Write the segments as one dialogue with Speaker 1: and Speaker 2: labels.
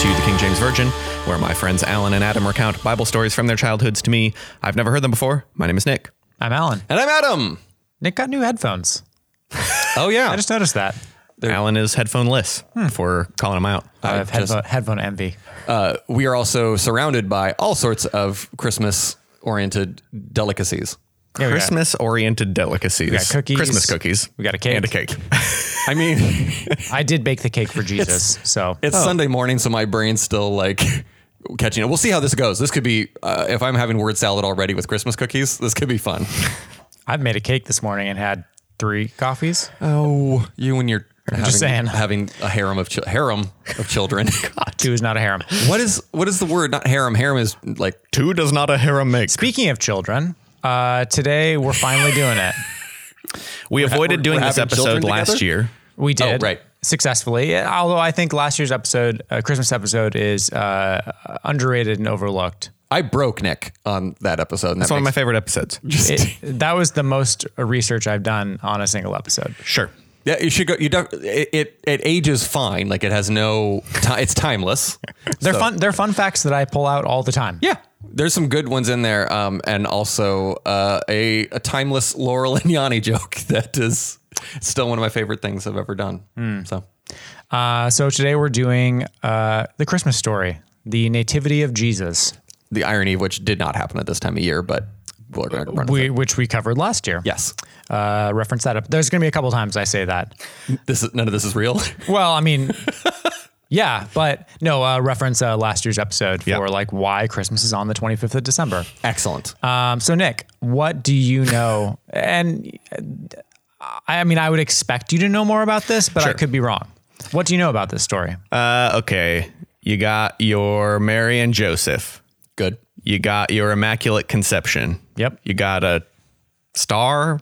Speaker 1: to the King James Virgin, where my friends Alan and Adam recount Bible stories from their childhoods to me. I've never heard them before. My name is Nick.
Speaker 2: I'm Alan.
Speaker 3: And I'm Adam.
Speaker 2: Nick got new headphones.
Speaker 3: Oh yeah.
Speaker 2: I just noticed that.
Speaker 1: Alan is headphoneless
Speaker 3: Hmm.
Speaker 1: for calling him out.
Speaker 2: I have
Speaker 3: just-
Speaker 2: headphone, headphone envy.
Speaker 3: uh, we are also surrounded by all sorts of Christmas oriented delicacies.
Speaker 2: Yeah, we got-
Speaker 1: Christmas oriented delicacies.
Speaker 2: got cookies.
Speaker 1: Christmas cookies.
Speaker 2: We got a cake.
Speaker 1: And a cake.
Speaker 3: I mean,
Speaker 2: I did bake the cake for Jesus, so
Speaker 3: it's
Speaker 1: Oh.
Speaker 3: Sunday morning, so my brain's still like catching up. We'll see how this goes. This could be, uh, if I'm having word salad already with Christmas cookies, this could be fun.
Speaker 2: I made a cake this morning and had three coffees.
Speaker 3: Oh, you and your having,
Speaker 2: just saying.
Speaker 3: having a harem of chil harem of children.
Speaker 2: Two is not a harem.
Speaker 3: what is what is the word? Not harem. Harem is like
Speaker 1: Two does not a harem make.
Speaker 2: Speaking of children, uh, today we're finally doing it.
Speaker 1: We avoided
Speaker 3: we're
Speaker 1: doing this
Speaker 3: having children
Speaker 1: episode last
Speaker 3: together?
Speaker 1: year.
Speaker 2: We did
Speaker 3: Oh, right.
Speaker 2: successfully. Although I think last year's episode, uh, Christmas episode, is uh, underrated and overlooked.
Speaker 3: I broke Nick on that episode. And
Speaker 1: It's one of my favorite episodes.
Speaker 2: It, that was the most research I've done on a single episode.
Speaker 1: Sure.
Speaker 3: Yeah, you should go. You don't. It it, it ages fine. Like it has no. Ti- it's timeless.
Speaker 2: They're
Speaker 3: So-
Speaker 2: fun. They're fun facts that I pull out all the time.
Speaker 3: Yeah, there's some good ones in there, um, and also uh, a a timeless Laurel and Yanni joke that is still one of my favorite things I've ever done.
Speaker 2: Hmm.
Speaker 3: So
Speaker 2: Uh, so today we're doing uh, the Christmas story, the Nativity of Jesus,
Speaker 3: the irony of which did not happen at this time of year, but we're going to run. with
Speaker 2: we,
Speaker 3: it.
Speaker 2: which we covered last year.
Speaker 3: Yes,
Speaker 2: Uh, reference that up. There's going to be a couple times I say that.
Speaker 3: this is none of this is real.
Speaker 2: Well, I mean, yeah, but no, uh, reference uh, last year's episode for
Speaker 1: Yeah.
Speaker 2: like why Christmas is on the 25th of December.
Speaker 3: Excellent.
Speaker 2: Um, so, Nick, what do you know? and uh, I mean, I would expect you to know more about this, but I
Speaker 1: Sure.
Speaker 2: could be wrong. What do you know about this story?
Speaker 1: Uh, okay. You got your Mary and Joseph.
Speaker 3: good.
Speaker 1: You got your Immaculate Conception.
Speaker 2: Yep.
Speaker 1: You got a star,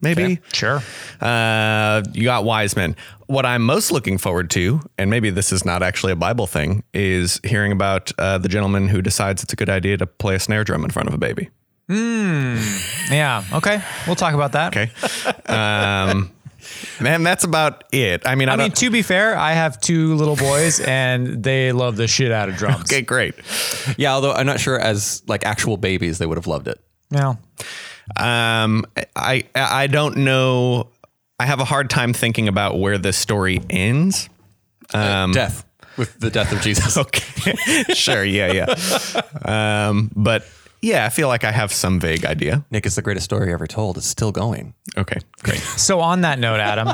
Speaker 1: maybe.
Speaker 2: Sure.
Speaker 1: Uh, you got wise men. What I'm most looking forward to, and maybe this is not actually a Bible thing, is hearing about uh, the gentleman who decides it's a good idea to play a snare drum in front of a baby.
Speaker 2: Yeah. Okay. We'll talk about that.
Speaker 1: Okay. um, man, that's about it. I mean, I,
Speaker 2: I mean,
Speaker 1: don't.
Speaker 2: to be fair, I have two little boys and they love the shit out of drums.
Speaker 1: okay, great.
Speaker 3: Yeah, although I'm not sure as like actual babies they would have loved it.
Speaker 2: Now,
Speaker 1: Um, I I don't know. I have a hard time thinking about where this story ends.
Speaker 3: death with the death of Jesus.
Speaker 1: Okay, sure, yeah, yeah. Um, but yeah, I feel like I have some vague idea.
Speaker 3: Nick is the greatest story ever told. It's still going.
Speaker 1: Okay, great.
Speaker 2: so on that note, Adam,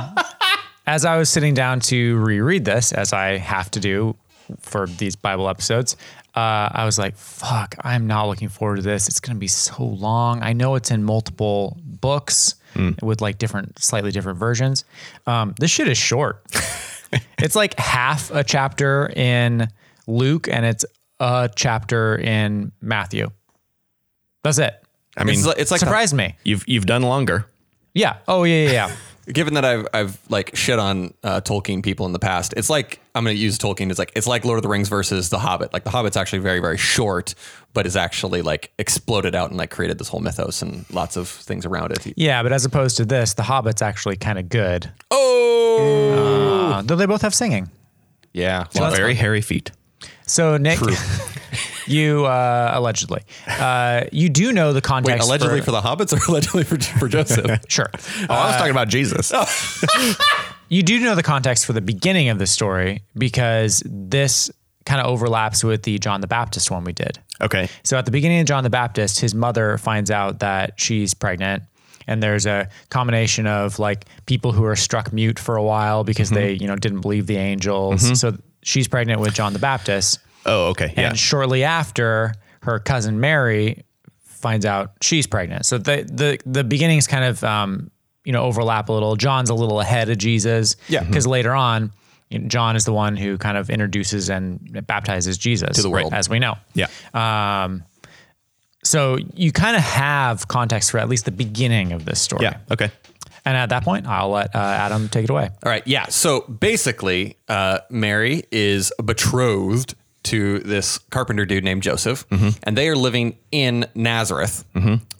Speaker 2: as I was sitting down to reread this, as I have to do for these Bible episodes, uh, I was like, fuck, I'm not looking forward to this. It's going to be so long. I know it's in multiple books
Speaker 1: Hmm.
Speaker 2: with like different, slightly different versions. Um, this shit is short. it's like half a chapter in Luke and it's a chapter in Matthew. That's it.
Speaker 1: I mean,
Speaker 3: it's like, it's like the-
Speaker 2: Surprised me.
Speaker 1: you've you've done longer.
Speaker 2: Yeah. Oh, yeah, yeah, yeah.
Speaker 3: given that I've I've like shit on uh, Tolkien people in the past, it's like I'm gonna use Tolkien. It's like it's like Lord of the Rings versus The Hobbit. Like The Hobbit's actually very very short, but is actually like exploded out and like created this whole mythos and lots of things around it.
Speaker 2: Yeah, but as opposed to this, The Hobbit's actually kind of good.
Speaker 3: Oh,
Speaker 2: Uh, though they both have singing.
Speaker 3: yeah.
Speaker 1: Well, very hairy feet.
Speaker 2: So Nick, you uh, allegedly, uh, you do know the
Speaker 3: Wait,
Speaker 2: context.
Speaker 3: allegedly for, the Hobbits or allegedly for for Joseph?
Speaker 2: sure,
Speaker 1: Oh, I was talking about Jesus.
Speaker 2: you do know the context for the beginning of the story because this kind of overlaps with the John the Baptist one we did.
Speaker 1: Okay.
Speaker 2: So at the beginning of John the Baptist, his mother finds out that she's pregnant. And there's a combination of like people who are struck mute for a while because they, you know, didn't believe the angels. So she's pregnant with John the Baptist.
Speaker 1: Oh, okay. Yeah.
Speaker 2: And shortly after, her cousin Mary finds out she's pregnant. So the the the beginnings kind of um, you know overlap a little. John's a little ahead of Jesus.
Speaker 3: Yeah.
Speaker 2: Because later on, you know, John is the one who kind of introduces and baptizes Jesus to
Speaker 3: the world.
Speaker 2: as we know.
Speaker 1: yeah.
Speaker 2: Um, so you kind of have context for at least the beginning of this story.
Speaker 1: yeah. Okay.
Speaker 2: And at that point, I'll let uh, Adam take it away.
Speaker 3: All right. Yeah. So basically, uh, Mary is betrothed to this carpenter dude named Joseph,
Speaker 1: Mm-hmm.
Speaker 3: and they are living in Nazareth,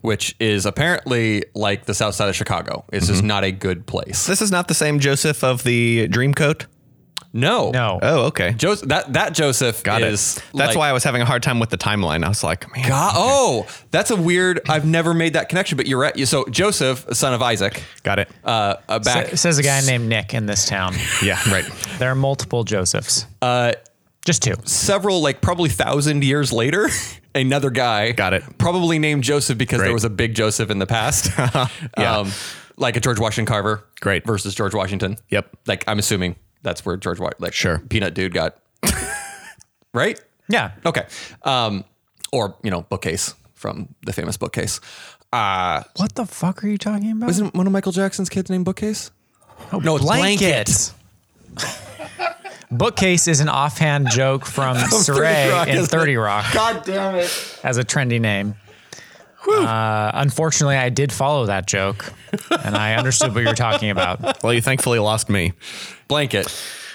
Speaker 3: which is apparently like the south
Speaker 1: Mm-hmm.
Speaker 3: side of Chicago. It's just not a good place.
Speaker 1: This is not the same Joseph of the dream coat.
Speaker 3: No.
Speaker 2: No.
Speaker 1: Oh, okay.
Speaker 3: Joseph, that, that Joseph
Speaker 1: Got it.
Speaker 3: is.
Speaker 1: That's
Speaker 3: like-
Speaker 1: why I was having a hard time with the timeline. I was like, man,
Speaker 3: God, oh, that's a weird. I've never made that connection, but you're right. So Joseph, son of Isaac,
Speaker 1: got it.
Speaker 3: uh, uh, back
Speaker 2: Sa- says a guy named Nick in this town.
Speaker 1: yeah, right.
Speaker 2: There are multiple Josephs. Uh, just two.
Speaker 3: several, like probably thousand years later, another guy
Speaker 1: Got it.
Speaker 3: Probably named Joseph because
Speaker 1: Great.
Speaker 3: there was a big Joseph in the past. Um,
Speaker 1: Yeah.
Speaker 3: like a George Washington Carver.
Speaker 1: Great.
Speaker 3: versus George Washington.
Speaker 1: Yep.
Speaker 3: Like I'm assuming that's where George Wa- like
Speaker 1: Sure.
Speaker 3: Peanut Dude got right.
Speaker 2: Yeah.
Speaker 3: Okay. Um, or you know, bookcase from the famous bookcase. Uh,
Speaker 2: What the fuck are you talking about?
Speaker 3: isn't one of Michael Jackson's kids named Bookcase?
Speaker 2: no,
Speaker 1: Oh,
Speaker 3: it's
Speaker 2: blankets. Bookcase is an offhand joke from Saray
Speaker 3: Rock,
Speaker 2: in
Speaker 3: isn't
Speaker 2: 30 Rock
Speaker 3: God damn it!
Speaker 2: as a trendy name. Uh, unfortunately, I did follow that joke and I understood what you're talking about.
Speaker 1: Well, you thankfully lost me.
Speaker 3: Blanket.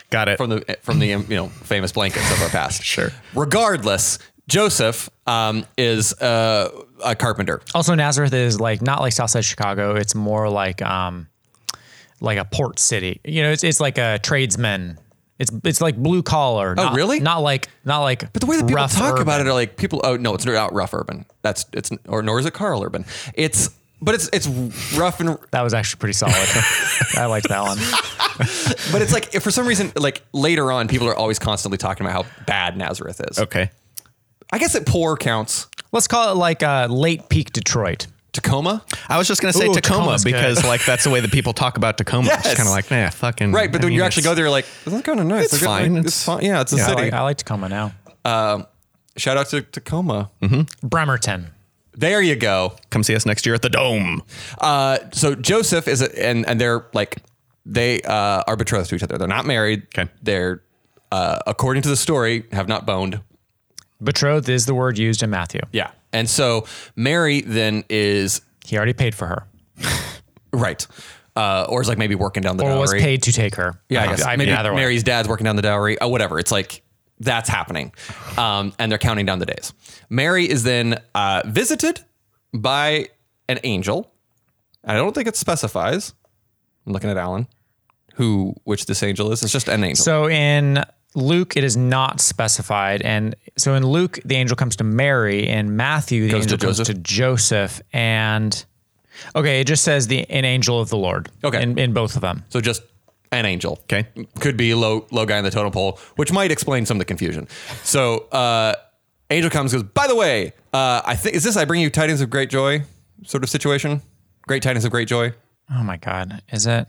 Speaker 1: Got it.
Speaker 3: from the eh, from the you know famous blankets of our past.
Speaker 1: Uh, Sure.
Speaker 3: Regardless, Joseph um, is uh, a carpenter.
Speaker 2: Also, Nazareth is like not like Southside Chicago. It's more like um, like a port city. You know, it's, it's like a tradesman. It's it's like blue collar. Oh, not,
Speaker 3: really?
Speaker 2: Not like not like.
Speaker 3: But the way that people talk about it are like people. Oh no, it's not rough urban. That's it's or nor is it Carl Urban. It's but it's it's rough and
Speaker 2: That was actually pretty solid. I liked that one.
Speaker 3: but it's like if for some reason like later on people are always constantly talking about how bad Nazareth is.
Speaker 1: okay.
Speaker 3: I guess that poor counts.
Speaker 2: Let's call it like uh, late peak Detroit.
Speaker 3: Tacoma,
Speaker 1: I was just gonna say
Speaker 2: Ooh,
Speaker 1: Tacoma
Speaker 2: Tacoma's good.
Speaker 1: because like that's the way that people talk about Tacoma. It's
Speaker 3: Yes.
Speaker 1: kind of like nah, fucking
Speaker 3: right? But
Speaker 1: I
Speaker 3: when you
Speaker 1: mean,
Speaker 3: actually go
Speaker 1: it's-
Speaker 3: there, you're like that's kind of
Speaker 1: It's
Speaker 3: nice. They're good, like,
Speaker 1: fine.
Speaker 3: It's,
Speaker 1: It's-
Speaker 3: fine. Yeah, it's a
Speaker 2: I
Speaker 3: city.
Speaker 2: like, I like Tacoma now.
Speaker 3: Shout out to Tacoma.
Speaker 1: Mm-hmm.
Speaker 2: Bremerton.
Speaker 3: There you go.
Speaker 1: come see us next year at the Dome.
Speaker 3: Uh, so Joseph is, a, and and they're like, they uh, are betrothed to each other. They're not married.
Speaker 1: Okay.
Speaker 3: They're, uh, according to the story, have not boned.
Speaker 2: Betrothed is the word used in Matthew.
Speaker 3: Yeah. And so Mary then is
Speaker 2: He already paid for her,
Speaker 3: right, uh, or is like maybe working down the
Speaker 2: or
Speaker 3: dowry.
Speaker 2: was paid to take her.
Speaker 3: Yeah, I
Speaker 2: Uh,
Speaker 3: guess
Speaker 2: I mean,
Speaker 3: maybe
Speaker 2: either way.
Speaker 3: Mary's dad's working down the dowry. Oh, whatever. It's like that's happening, um, and they're counting down the days. Mary is then uh, visited by an angel. I don't think it specifies. I'm looking at Alan, who which this angel is. It's just an angel.
Speaker 2: So in Luke, it is not specified, and so in Luke, the angel comes to Mary. In Matthew, the
Speaker 3: Goes to
Speaker 2: angel comes to
Speaker 3: Joseph.
Speaker 2: Joseph. And okay, it just says the an angel of the Lord.
Speaker 3: Okay.
Speaker 2: in, in both of them.
Speaker 3: So just an angel.
Speaker 1: Okay.
Speaker 3: Could be low low guy in the totem pole, which might explain some of the confusion. So uh angel comes goes, by the way, uh I think is this I bring you tidings of great joy sort of situation? Great tidings of great joy.
Speaker 2: Oh my God, is it?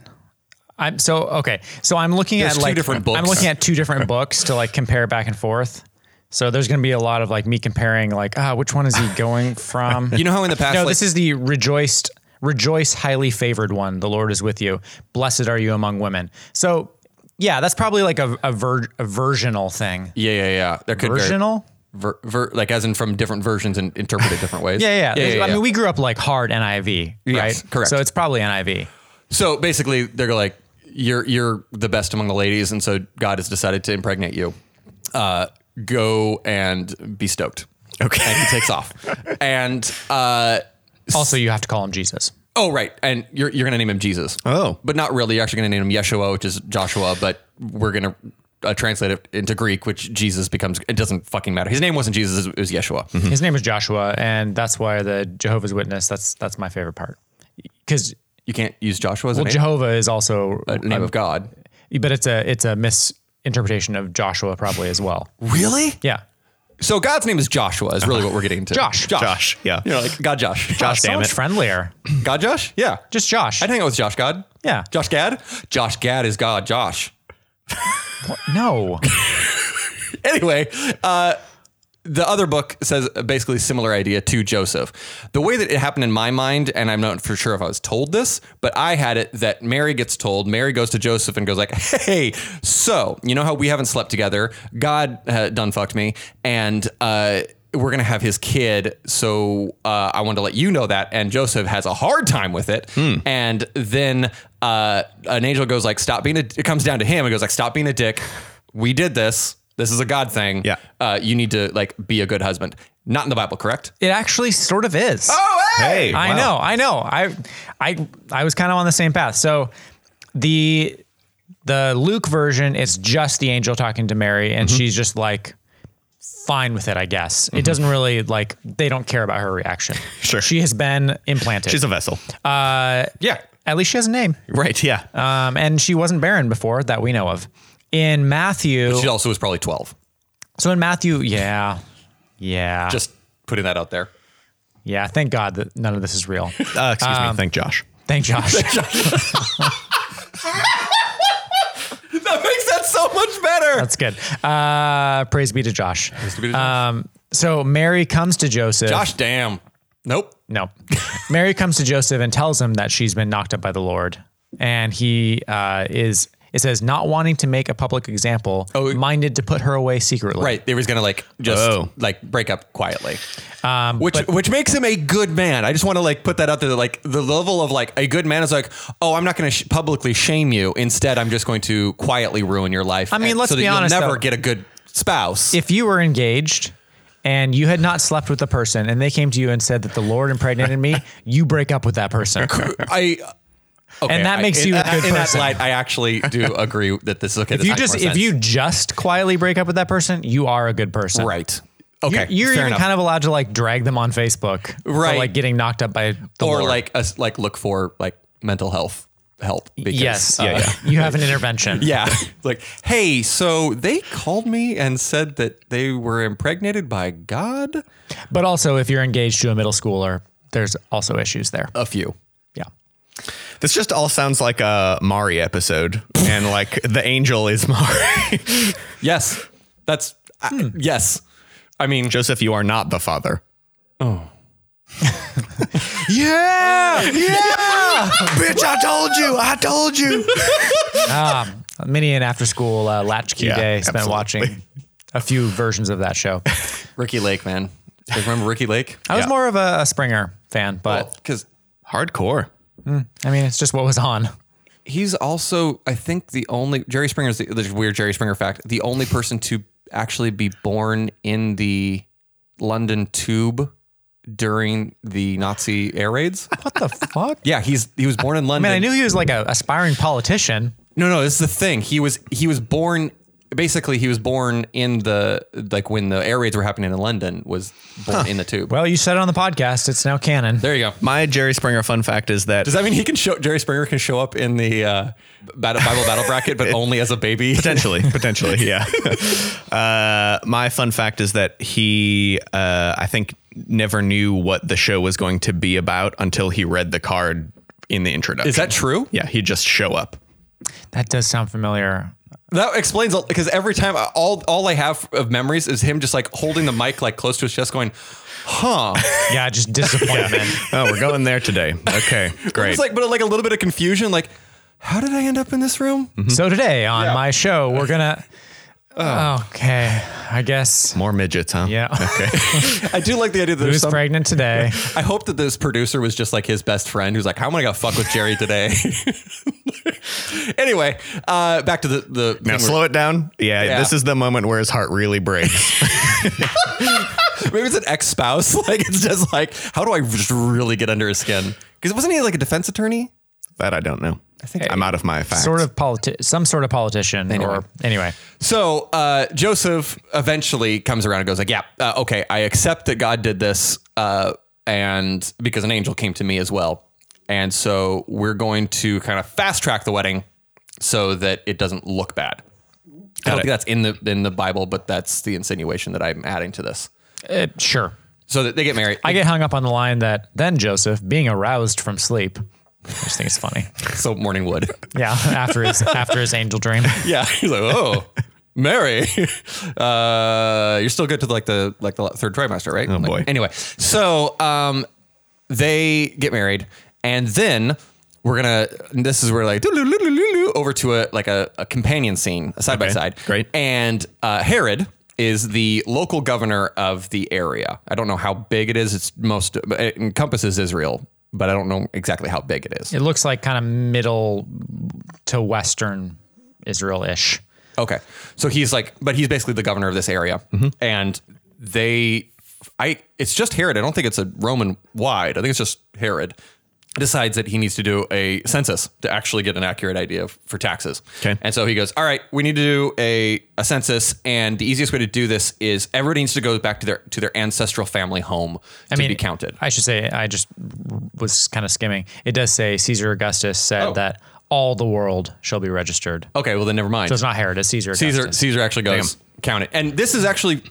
Speaker 2: I'm so okay. So I'm looking
Speaker 3: There's
Speaker 2: at
Speaker 3: two
Speaker 2: like
Speaker 3: different
Speaker 2: I'm
Speaker 3: books.
Speaker 2: looking at two different books to like compare back and forth. So there's going to be a lot of like me comparing like ah which one is he going from?
Speaker 3: You know how in the past
Speaker 2: no,
Speaker 3: like,
Speaker 2: this is the rejoiced rejoice highly favored one. The Lord is with you. Blessed are you among women. So yeah, that's probably like a a, ver- a versional thing.
Speaker 3: Yeah, yeah, yeah. There could be
Speaker 2: Versional?
Speaker 3: ver, ver, like as in from different versions and interpreted different ways.
Speaker 2: Yeah, yeah.
Speaker 3: yeah, yeah,
Speaker 2: I
Speaker 3: yeah.
Speaker 2: mean, we grew up like hard NIV,
Speaker 3: Yes,
Speaker 2: right?
Speaker 3: correct.
Speaker 2: So it's probably NIV.
Speaker 3: So basically, they're like, "You're you're the best among the ladies," and so God has decided to impregnate you. Uh, go and be stoked. Okay, and he takes off. And uh,
Speaker 2: Also, you have to call him Jesus.
Speaker 3: oh, right, and you're you're gonna name him Jesus.
Speaker 1: Oh.
Speaker 3: but not really. You're actually gonna name him Yeshua, which is Joshua, but we're gonna. Uh, translate it into Greek, which Jesus becomes. It doesn't fucking matter. His name wasn't Jesus; it was Yeshua.
Speaker 2: His name is Joshua, and that's why the Jehovah's Witness. That's that's my favorite part because
Speaker 3: You can't use Joshua as a name,
Speaker 2: Jehovah is also,
Speaker 3: a Uh, name of God.
Speaker 2: but it's a it's a misinterpretation of Joshua probably as well.
Speaker 3: Really?
Speaker 2: Yeah,
Speaker 3: So God's name is Joshua is really what we're getting to.
Speaker 2: Josh.
Speaker 3: Josh.
Speaker 1: Josh, yeah.
Speaker 3: You know, like God Josh.
Speaker 1: Josh,
Speaker 2: so
Speaker 1: damn
Speaker 2: much
Speaker 1: it.
Speaker 2: friendlier.
Speaker 3: God Josh? Yeah.
Speaker 2: Just Josh.
Speaker 3: I'd hang out with Josh God.
Speaker 2: Yeah.
Speaker 3: Josh Gad? Josh Gad is God Josh.
Speaker 2: no,
Speaker 3: Anyway, uh, the other book says a basically similar idea to Joseph. The way that it happened in my mind, and I'm not for sure if I was told this, but I had it that Mary gets told, Mary goes to Joseph and goes like, hey, so you know how we haven't slept together? God uh, done fucked me. And, uh, we're going to have his kid. So uh, I wanted to let you know that. And Joseph has a hard time with it. And then uh, an angel goes like, stop being a, it comes down to him and goes like, stop being a dick. We did this. This is a God thing.
Speaker 1: Yeah.
Speaker 3: Uh, you need to like be a good husband. Not in the Bible, correct?
Speaker 2: it actually sort of is.
Speaker 3: Oh,
Speaker 1: Hey, wow.
Speaker 2: I know, I know. I I I was kind of on the same path. So the The Luke version, it's just the angel talking to Mary, and she's just like fine with it, I guess. It doesn't really like they don't care about her reaction.
Speaker 1: Sure.
Speaker 2: She has been implanted.
Speaker 1: She's a vessel. yeah.
Speaker 2: At least she has a name.
Speaker 1: Right. Yeah.
Speaker 2: Um, and she wasn't barren before that we know of. In Matthew,
Speaker 3: She also was probably 12.
Speaker 2: so in Matthew, yeah, yeah,
Speaker 3: Just putting that out there.
Speaker 2: yeah. Thank God that none of this is real.
Speaker 1: Uh, excuse me. Thank Josh.
Speaker 2: Thank Josh.
Speaker 3: That makes that so much better.
Speaker 2: That's good. Uh, praise be to Josh. Um, so Mary comes to Joseph.
Speaker 3: Gosh damn. Nope.
Speaker 2: No. Mary comes to Joseph and tells him that she's been knocked up by the Lord. And he uh, is, it says, not wanting to make a public example, minded to put her away secretly.
Speaker 3: Oh, Right. They was gonna like just
Speaker 1: Oh.
Speaker 3: like break up quietly. Um which which makes him a good man. I just wanna like put that out there. that, Like the level of like a good man is like, oh, I'm not gonna sh- publicly shame you. Instead, I'm just going to quietly ruin your life. I
Speaker 2: mean, let's
Speaker 3: so that
Speaker 2: be honest,
Speaker 3: you'll never
Speaker 2: though.
Speaker 3: get a good spouse.
Speaker 2: If you were engaged and you had not slept with a person and they came to you and said that the Lord impregnated me, you break up with that person.
Speaker 3: I okay,
Speaker 2: And that
Speaker 3: I-
Speaker 2: makes
Speaker 3: in-
Speaker 2: you a good
Speaker 3: in
Speaker 2: person.
Speaker 3: that light, I actually do agree that this is okay.
Speaker 2: If you just if you just quietly break up with that person, you are a good person.
Speaker 3: right,
Speaker 2: You're,
Speaker 3: okay,
Speaker 2: you're
Speaker 3: fair
Speaker 2: even
Speaker 3: enough.
Speaker 2: kind of allowed to like drag them on Facebook for
Speaker 3: Right.
Speaker 2: like getting knocked up by the
Speaker 3: or
Speaker 2: Lord.
Speaker 3: like us like look for like mental health help. Because,
Speaker 2: yes,
Speaker 3: uh,
Speaker 2: you have an intervention.
Speaker 3: Yeah. like, hey, so they called me and said that they were impregnated by God?
Speaker 2: But also, if you're engaged to a middle schooler, there's also issues there.
Speaker 3: A few.
Speaker 2: Yeah.
Speaker 1: This just all sounds like a Mari episode, and like the angel is Mari.
Speaker 3: Yes. That's,
Speaker 2: Hmm.
Speaker 3: I, yes. I mean,
Speaker 1: Joseph, you are not the father.
Speaker 2: Yeah.
Speaker 1: Bitch, I told you. I told you.
Speaker 2: Mini and after school uh, latchkey
Speaker 1: Yeah,
Speaker 2: day spent
Speaker 1: absolutely.
Speaker 2: watching a few versions of that show.
Speaker 3: Ricky Lake, man. You remember Ricky Lake?
Speaker 2: I was
Speaker 1: Yeah.
Speaker 2: more of a, a Springer fan, but
Speaker 3: Because
Speaker 1: Hardcore.
Speaker 2: I mean, it's just what was on.
Speaker 3: he's also, I think, the only, Jerry Springer's the, this weird Jerry Springer fact, the only person to actually be born in the London tube during the Nazi air raids.
Speaker 2: What the fuck?
Speaker 3: Yeah, he's he was born in London.
Speaker 2: Man, I knew he was like a aspiring politician.
Speaker 3: No, no, this is the thing. He was he was born basically he was born in the like when the air raids were happening in London was born in the tube.
Speaker 2: Well, you said it on the podcast. It's now canon.
Speaker 3: there you go.
Speaker 1: My Jerry Springer fun fact is that
Speaker 3: Does that mean he can show Jerry Springer can show up in the uh, battle, Bible battle bracket, but only as a baby?
Speaker 1: potentially, potentially, yeah. Uh, my fun fact is that he, uh, I think, never knew what the show was going to be about until he read the card in the introduction.
Speaker 3: Is that true?
Speaker 1: Yeah, he'd just show up.
Speaker 2: That does sound familiar.
Speaker 3: That explains because every time all all I have of memories is him just like holding the mic like close to his chest, going, "Huh."
Speaker 2: Yeah, just disappointment.
Speaker 1: Oh, we're going there today. Okay, great.
Speaker 3: It's like but like a little bit of confusion, like. How did I end up in this room?
Speaker 2: So today on my show, we're gonna.
Speaker 3: Oh.
Speaker 2: Okay, I guess.
Speaker 1: More midgets, huh?
Speaker 2: Yeah,
Speaker 1: Mm-hmm.
Speaker 3: I do like the idea that there's
Speaker 2: who's
Speaker 3: some
Speaker 2: pregnant today?
Speaker 3: I hope that this producer was just like his best friend who's like, I'm gonna go fuck with Jerry today. anyway, uh, back to the the
Speaker 1: Now
Speaker 3: thing we're-
Speaker 1: slow it down. Yeah,
Speaker 3: Yeah.
Speaker 1: this is the moment where his heart really breaks.
Speaker 3: maybe it's an ex spouse. Like it's just like, how do I just really get under his skin? Because wasn't he like a defense attorney?
Speaker 1: that I don't know. I think I'm out of my facts.
Speaker 2: Sort of politi- some sort of politician, or anyway.
Speaker 3: So uh, Joseph eventually comes around and goes like, "Yeah, uh, okay, I accept that God did this, uh, and because an angel came to me as well, and so we're going to kind of fast track the wedding so that it doesn't look bad." I don't
Speaker 1: it.
Speaker 3: think that's in the in the Bible, but that's the insinuation that I'm adding to this.
Speaker 2: Uh, sure.
Speaker 3: So that they get married.
Speaker 2: I get hung up on the line that then Joseph, being aroused from sleep, I just think it's funny.
Speaker 3: so morning wood.
Speaker 2: Yeah, after his after his angel dream.
Speaker 3: yeah, he's like, "Oh, Mary, uh, you're still good to like the like the third trimester, right?" Oh
Speaker 1: boy.
Speaker 3: Anyway, so um, they get married, and then we're gonna. This is where like doo-doo-doo-doo-doo-doo, over to a like a, a companion scene, a side by side.
Speaker 1: great.
Speaker 3: And uh, Herod is the local governor of the area. I don't know how big it is. It's most it encompasses Israel, but I don't know exactly how big it is.
Speaker 2: It looks like kind of middle to western Israel ish.
Speaker 3: Okay. So he's like, but he's basically the governor of this area. And they, I, it's just Herod. I don't think it's a Roman wide. I think it's just Herod. decides that he needs to do a census to actually get an accurate idea of, for taxes.
Speaker 1: Okay.
Speaker 3: And so he goes, "All right, we need to do a, a census, and the easiest way to do this is everybody needs to go back to their to their ancestral family home to be counted."
Speaker 2: I should say I just was kind of skimming. It does say Caesar Augustus said
Speaker 3: Oh.
Speaker 2: that all the world shall be registered.
Speaker 3: Okay, well then never mind.
Speaker 2: So it's not Herodus, Caesar Augustus.
Speaker 3: Caesar Caesar actually goes count it, and this is actually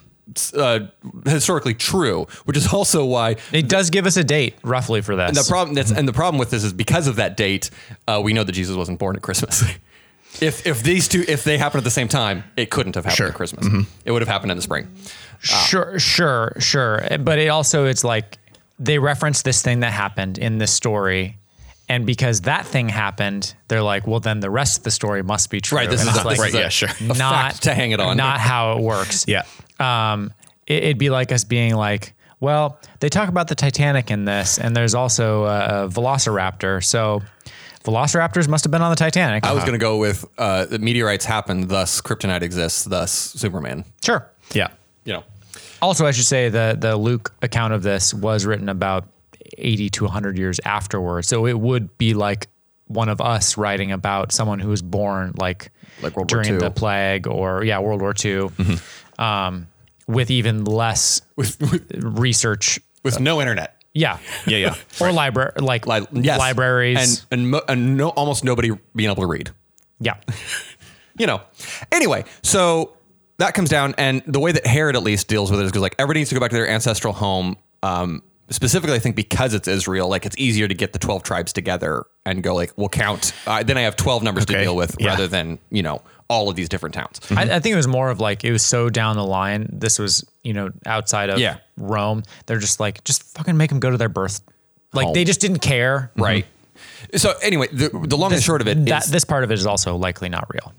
Speaker 3: uh, historically true, which is also why
Speaker 2: It does give us a date roughly for this.
Speaker 3: the problem
Speaker 2: Mm-hmm.
Speaker 3: that's and the problem with this is because of that date, uh, we know that Jesus wasn't born at Christmas. if if these two if they happened at the same time, it couldn't have happened
Speaker 1: Sure.
Speaker 3: at Christmas.
Speaker 2: Mm-hmm.
Speaker 3: It would have happened in the spring.
Speaker 2: Sure, sure, sure. But it also it's like they reference this thing that happened in this story. And because that thing happened, they're like, well, then the rest of the story must be true.
Speaker 3: Right, this
Speaker 2: and
Speaker 3: is
Speaker 2: it's
Speaker 3: a-
Speaker 2: like,
Speaker 3: this
Speaker 1: Right,
Speaker 3: is a-
Speaker 1: yeah, sure.
Speaker 3: a
Speaker 2: not
Speaker 3: fact to hang it on.
Speaker 2: Not how it works.
Speaker 1: Yeah.
Speaker 2: um, it, it'd be like us being like, well, they talk about the Titanic in this, and there's also a, a Velociraptor. So Velociraptors must have been on the Titanic.
Speaker 3: I was going to go with uh, the meteorites happened, thus kryptonite exists, thus Superman.
Speaker 2: sure.
Speaker 1: Yeah.
Speaker 3: You know,
Speaker 2: Also, I should say the the Luke account of this was written about 80 to 100 years afterwards, so it would be like one of us writing about someone who was born like,
Speaker 3: Like World War Mm-hmm.
Speaker 2: during
Speaker 3: II.
Speaker 2: the plague or yeah World War II, um, with even less
Speaker 3: with with,
Speaker 2: research.
Speaker 3: with no internet.
Speaker 2: Yeah,
Speaker 1: Yeah. Yeah.
Speaker 2: or library like,
Speaker 3: Li- yes.
Speaker 2: libraries.
Speaker 3: and and, mo- and no, almost nobody being able to read.
Speaker 2: yeah,
Speaker 3: You know. Anyway, so that comes down, and the way that Herod at least deals with it is because like everybody needs to go back to their ancestral home. Um, specifically, I think because it's Israel, like it's easier to get the twelve tribes together and go like we'll count. Uh, then I have twelve numbers to
Speaker 1: Okay.
Speaker 3: deal with
Speaker 1: Yeah. Mm-hmm.
Speaker 3: rather than you know all of these different towns.
Speaker 2: I, I think it was more of like it was so down the line. This was you know outside of
Speaker 3: Yeah.
Speaker 2: Rome. They're just like just fucking make them go to their birth. Like
Speaker 3: Home.
Speaker 2: they just didn't care.
Speaker 3: Right. So anyway, the the long and short of it is
Speaker 2: That this part of it is also likely not real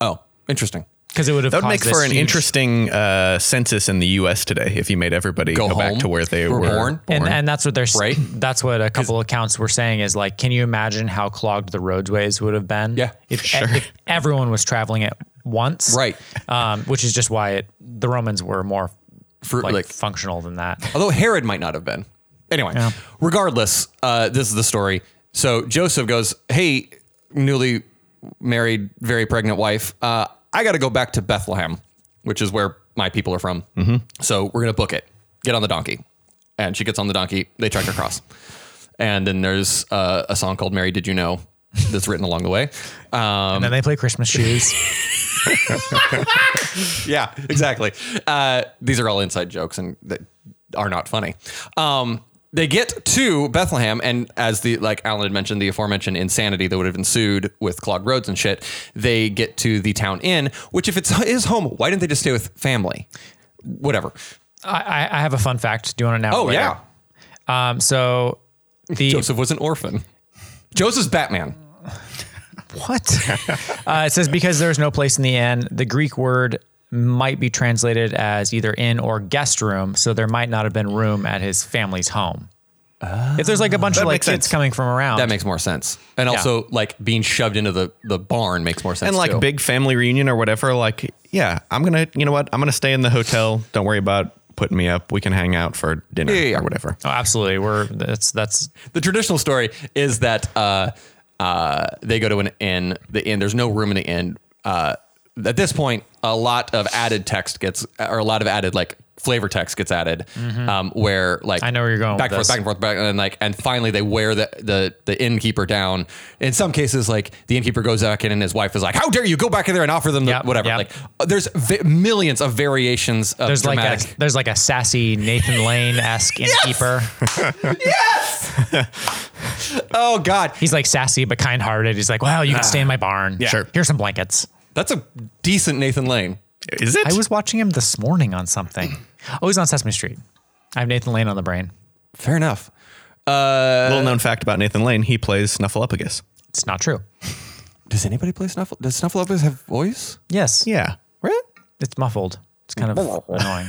Speaker 3: oh interesting.
Speaker 2: because it would have
Speaker 1: That would
Speaker 2: caused
Speaker 1: make
Speaker 2: this
Speaker 1: for an
Speaker 2: huge-
Speaker 1: interesting uh, census in the U.S. today if you made everybody go, back
Speaker 3: home,
Speaker 1: to where they
Speaker 3: were
Speaker 1: were,
Speaker 3: born.
Speaker 2: And, and that's what they're s-
Speaker 3: Right?
Speaker 2: that's what a couple accounts were saying is like, can you imagine how clogged the roadways would have been?
Speaker 3: Yeah,
Speaker 2: if, e- if everyone was traveling at once,
Speaker 3: Right.
Speaker 2: Um, which is just why it, the Romans were more
Speaker 3: For,
Speaker 2: like,
Speaker 3: like-
Speaker 2: functional than that.
Speaker 3: Although Herod might not have been. Anyway, regardless, uh, this is the story. So Joseph goes, "Hey, newly married, very pregnant wife, uh, I got to go back to Bethlehem, which is where my people are from. So we're gonna book it. Get on the donkey." And she gets on the donkey. They track her across. And then there's uh, a song called "Mary Did You Know" that's written along the way. Um,
Speaker 2: And then they play Christmas shoes.
Speaker 3: yeah, exactly. Uh, these are all inside jokes and that are not funny. Um, they get to Bethlehem, and as the like Alan had mentioned, the aforementioned insanity that would have ensued with clogged roads and shit. They get to the town inn, which if it's his home, why didn't they just stay with family? Whatever.
Speaker 2: I, I- I have a fun fact. Do you want to know? it
Speaker 3: Oh
Speaker 2: later?
Speaker 3: yeah,
Speaker 2: Um, so the
Speaker 3: Joseph was an orphan. Joseph's Batman.
Speaker 2: what? uh, it says because there's no place in the inn. The Greek word might be translated as either inn or guest room, so there might not have been room at his family's home. if there's like a bunch of like
Speaker 1: makes
Speaker 2: kids
Speaker 1: sense.
Speaker 2: coming from around,
Speaker 3: That makes more sense. And also, like being shoved into the the barn makes more sense.
Speaker 1: and like
Speaker 3: too.
Speaker 1: big family reunion or whatever. Like, yeah, I'm gonna, you know what? I'm gonna stay in the hotel. Don't worry about putting me up. We can hang out for dinner
Speaker 3: Yeah, yeah, yeah.
Speaker 1: or whatever.
Speaker 2: oh, absolutely. We're that's that's
Speaker 3: the traditional story is that uh, uh, they go to an inn. The inn. There's no room in the inn. Uh, at this point, a lot of added text gets, or a lot of added like flavor text gets added, um, where like
Speaker 2: Mm-hmm. I know where you're going
Speaker 3: Back
Speaker 2: with
Speaker 3: and forth,
Speaker 2: this.
Speaker 3: back and forth, back and like, and finally they wear the the the innkeeper down. In some cases, like the innkeeper goes back in, and his wife is like, "How dare you go back in there and offer them the
Speaker 2: Yep,
Speaker 3: whatever?"
Speaker 2: yep.
Speaker 3: Like, uh, there's v- millions of variations of
Speaker 2: there's
Speaker 3: dramatic.
Speaker 2: like a there's like a sassy Nathan Lane esque innkeeper.
Speaker 3: oh God,
Speaker 2: He's like sassy but kind hearted. He's like, wow, you can stay in my barn. Yeah.
Speaker 1: Sure.
Speaker 2: Here's some blankets.
Speaker 3: that's a decent Nathan Lane.
Speaker 1: Is it?
Speaker 2: I was watching him this morning on something. Oh, he's on Sesame Street. I have Nathan Lane on the brain.
Speaker 3: Fair enough. Uh,
Speaker 1: Little known fact about Nathan Lane: he plays Snuffleupagus.
Speaker 2: It's not true.
Speaker 3: Does anybody play Snuffle? Does Snuffleupagus have voice?
Speaker 2: Yes.
Speaker 1: Yeah.
Speaker 3: Really?
Speaker 2: It's muffled. It's kind of annoying.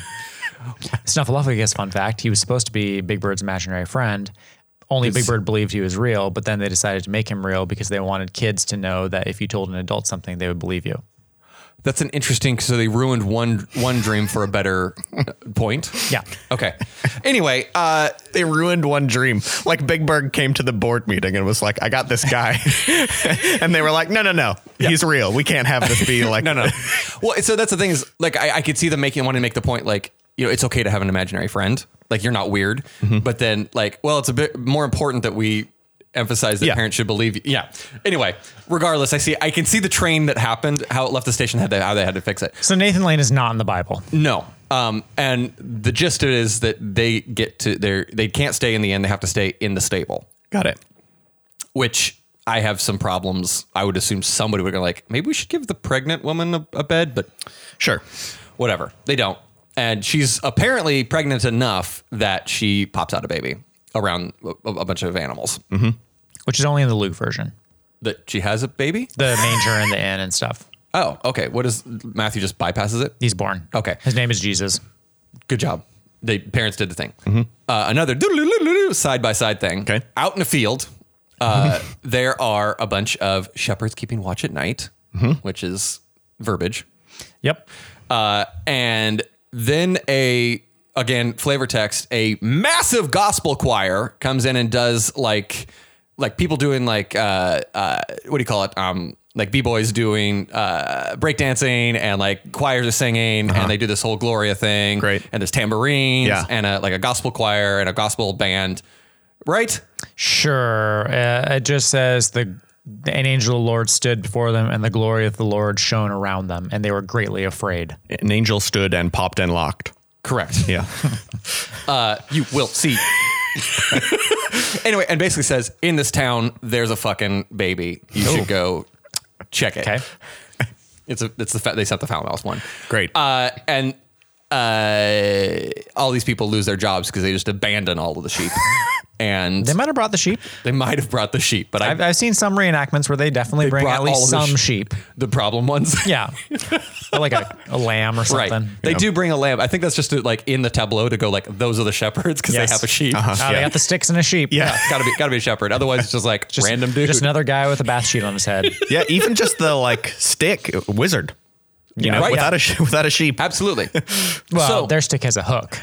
Speaker 2: Snuffleupagus, fun fact, he was supposed to be Big Bird's imaginary friend. Only Big Bird believed he was real, but then they decided to make him real because they wanted kids to know that if you told an adult something, they would believe you.
Speaker 3: That's an interesting. So they ruined one one dream for a better uh, point.
Speaker 2: Yeah.
Speaker 3: Okay. Anyway, uh,
Speaker 1: They ruined one dream. Like Big Bird came to the board meeting and was like, "I got this guy," and they were like, "No, no, no, he's real. We can't have this be like no, no."
Speaker 3: well, so that's the thing is like I, I could see them making wanting to make the point like you know it's okay to have an imaginary friend like you're not weird, but then like well it's a bit more important that we emphasize that
Speaker 1: Yeah.
Speaker 3: parents should believe you. yeah anyway regardless i see i can see the train that happened how it left the station had to, how they had to fix it
Speaker 2: So Nathan Lane is not in the Bible.
Speaker 3: no um and the gist of it is that they get to their they can't stay in the inn they have to stay in the stable
Speaker 1: got it.
Speaker 3: which I have some problems. I would assume somebody would go like, maybe we should give the pregnant woman a, a bed, but
Speaker 1: Sure.
Speaker 3: whatever. They don't. And she's apparently pregnant enough that she pops out a baby around a, a bunch of animals.
Speaker 2: which is only in the Luke version.
Speaker 3: That she has a baby?
Speaker 2: The manger and the inn and stuff.
Speaker 3: Oh, okay. What is Matthew just bypasses it?
Speaker 2: He's born.
Speaker 3: Okay.
Speaker 2: His name is Jesus.
Speaker 3: Good job. The parents did the thing. Uh, another side by side thing.
Speaker 1: Okay.
Speaker 3: Out in a field, uh, there are a bunch of shepherds keeping watch at night, which is verbiage.
Speaker 2: Yep.
Speaker 3: uh, and then a again flavor text a massive gospel choir comes in and does like like people doing like uh, uh, what do you call it um like b-boys doing uh breakdancing and like choirs are singing and they do this whole gloria thing
Speaker 1: Uh-huh. Great.
Speaker 3: and there's tambourines
Speaker 1: Yeah.
Speaker 3: and a, like a gospel choir and a gospel band right
Speaker 2: Sure. Uh, it just says the an angel of the Lord stood before them, and the glory of the Lord shone around them, and they were greatly afraid.
Speaker 1: An angel stood and popped and locked.
Speaker 3: correct
Speaker 1: Yeah.
Speaker 2: Uh,
Speaker 3: you will see. anyway, and basically says in this town there's a fucking baby. You should go check it.
Speaker 2: Okay.
Speaker 3: It's a it's the fa- they sent the foul mouse one.
Speaker 1: Great.
Speaker 3: Uh, and uh, all these people lose their jobs because they just abandon all of the sheep. and
Speaker 2: They might have brought the sheep.
Speaker 3: they might have brought the sheep, but I
Speaker 2: I've, I've seen some reenactments where they definitely bring
Speaker 3: brought
Speaker 2: at
Speaker 3: all
Speaker 2: least
Speaker 3: of the
Speaker 2: some
Speaker 3: sh-
Speaker 2: sheep.
Speaker 3: the problem ones.
Speaker 2: Yeah. Or like a, a lamb or
Speaker 3: Right.
Speaker 2: something.
Speaker 3: They do bring a lamb. I think that's just to, like in the tableau to go like those are the shepherds because
Speaker 2: Yes.
Speaker 3: they have a sheep.
Speaker 2: Oh,
Speaker 1: Yeah.
Speaker 2: They got the sticks and a sheep.
Speaker 1: yeah.
Speaker 3: Gotta be gotta be a shepherd. Otherwise it's just like
Speaker 2: Just-
Speaker 3: random dude.
Speaker 2: Just another guy with a bath sheet on his head.
Speaker 1: Yeah. Even just the like stick wizard. You know,
Speaker 3: Right.
Speaker 1: without a sh- without a sheep.
Speaker 3: Absolutely.
Speaker 2: Well,
Speaker 3: So- Eh.
Speaker 2: their stick has a hook.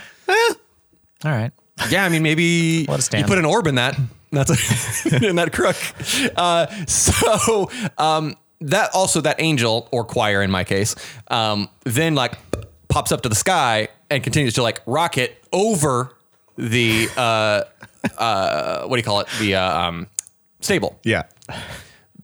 Speaker 2: All right.
Speaker 3: Yeah, I mean, maybe
Speaker 2: Let it stand.
Speaker 3: you put an orb in that. That's a, in that crook. Uh, so um, that also that angel or choir in my case, um, then like pops up to the sky and continues to like rocket over the uh, uh, what do you call it? The uh, um, stable.
Speaker 1: Yeah.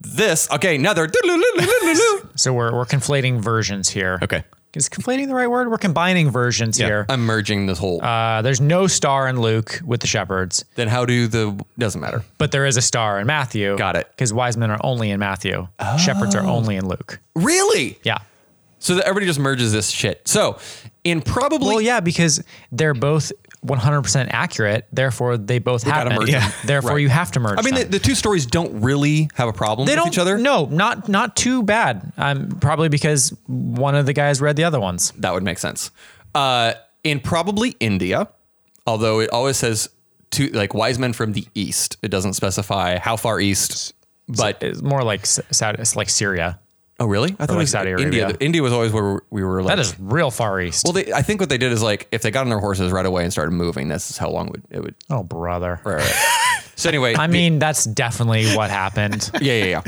Speaker 3: This okay, another. doodle-loo-loo-loo-loo-loo.
Speaker 2: So we're we're conflating versions here.
Speaker 1: Okay.
Speaker 2: Is conflating the right word? We're combining versions here.
Speaker 3: I'm merging this whole.
Speaker 2: Uh, there's no star in Luke with the shepherds,
Speaker 3: then how do the doesn't matter.
Speaker 2: but there is a star in Matthew.
Speaker 3: Got it. Oh.
Speaker 2: Because wise men are only in Matthew. Shepherds are only in Luke.
Speaker 3: Really?
Speaker 2: Yeah.
Speaker 3: So that everybody just merges this shit. So in probably
Speaker 2: Well, yeah, because they're both 100% accurate. Therefore, they both
Speaker 3: gotta
Speaker 2: happen.
Speaker 3: merge them.
Speaker 2: Therefore, you have to merge.
Speaker 3: I mean, the,
Speaker 2: them.
Speaker 3: the two stories don't really have a problem
Speaker 2: they
Speaker 3: with
Speaker 2: don't
Speaker 3: each other.
Speaker 2: No, not not too bad. Um, probably because one of the guys read the other ones.
Speaker 3: That would make sense. Uh, in probably India, although it always says two like wise men from the east. It doesn't specify how far east, but
Speaker 2: It's more like S- Saudi, it's like Syria.
Speaker 3: oh really? I thought
Speaker 2: like
Speaker 3: it was
Speaker 2: Saudi
Speaker 3: India.
Speaker 2: Arabia.
Speaker 3: India was always where we were. Like,
Speaker 2: That is real far east.
Speaker 3: well. They, I think what they did is like if they got on their horses right away and started moving, this is how long would it would.
Speaker 2: oh, brother.
Speaker 3: Right, right. so anyway,
Speaker 2: I mean, that's definitely what happened.
Speaker 3: yeah, yeah, yeah.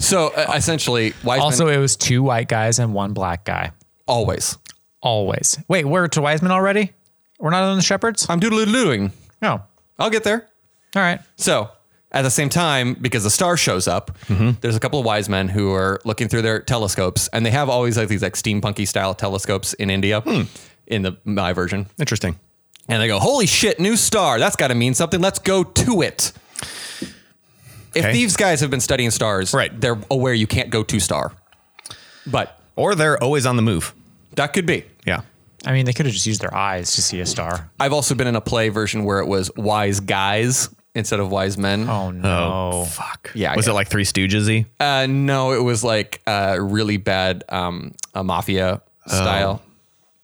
Speaker 3: So uh, essentially, wise
Speaker 2: Also,
Speaker 3: men
Speaker 2: it was two white guys and one black guy.
Speaker 3: always.
Speaker 2: Always. Wait, we're to Wiseman already? We're not on the Shepherds?
Speaker 3: I'm doodle doodling.
Speaker 2: No. All
Speaker 3: I'll get there.
Speaker 2: right.
Speaker 3: So at the same time, because the star shows up,
Speaker 1: Mm-hmm.
Speaker 3: there's a couple of wise men who are looking through their telescopes, and they have always like these like steampunky style telescopes in India,
Speaker 1: Hmm.
Speaker 3: in the my version,
Speaker 1: Interesting.
Speaker 3: and they go, "Holy shit, new star! That's got to mean something. Let's go to it." If
Speaker 1: Okay.
Speaker 3: these guys have been studying stars,
Speaker 1: Right.
Speaker 3: they're aware you can't go two star, but
Speaker 1: Or they're always on the move.
Speaker 3: that could be.
Speaker 1: Yeah.
Speaker 2: I mean, they could have just used their eyes to see a star.
Speaker 3: I've also been in a play version where it was wise guys instead of wise men.
Speaker 2: Oh, no.
Speaker 1: Fuck.
Speaker 3: Yeah,
Speaker 1: Was
Speaker 3: yeah.
Speaker 1: it like Three Stooges y?
Speaker 3: Uh, no, it was like uh, really bad um, a mafia style.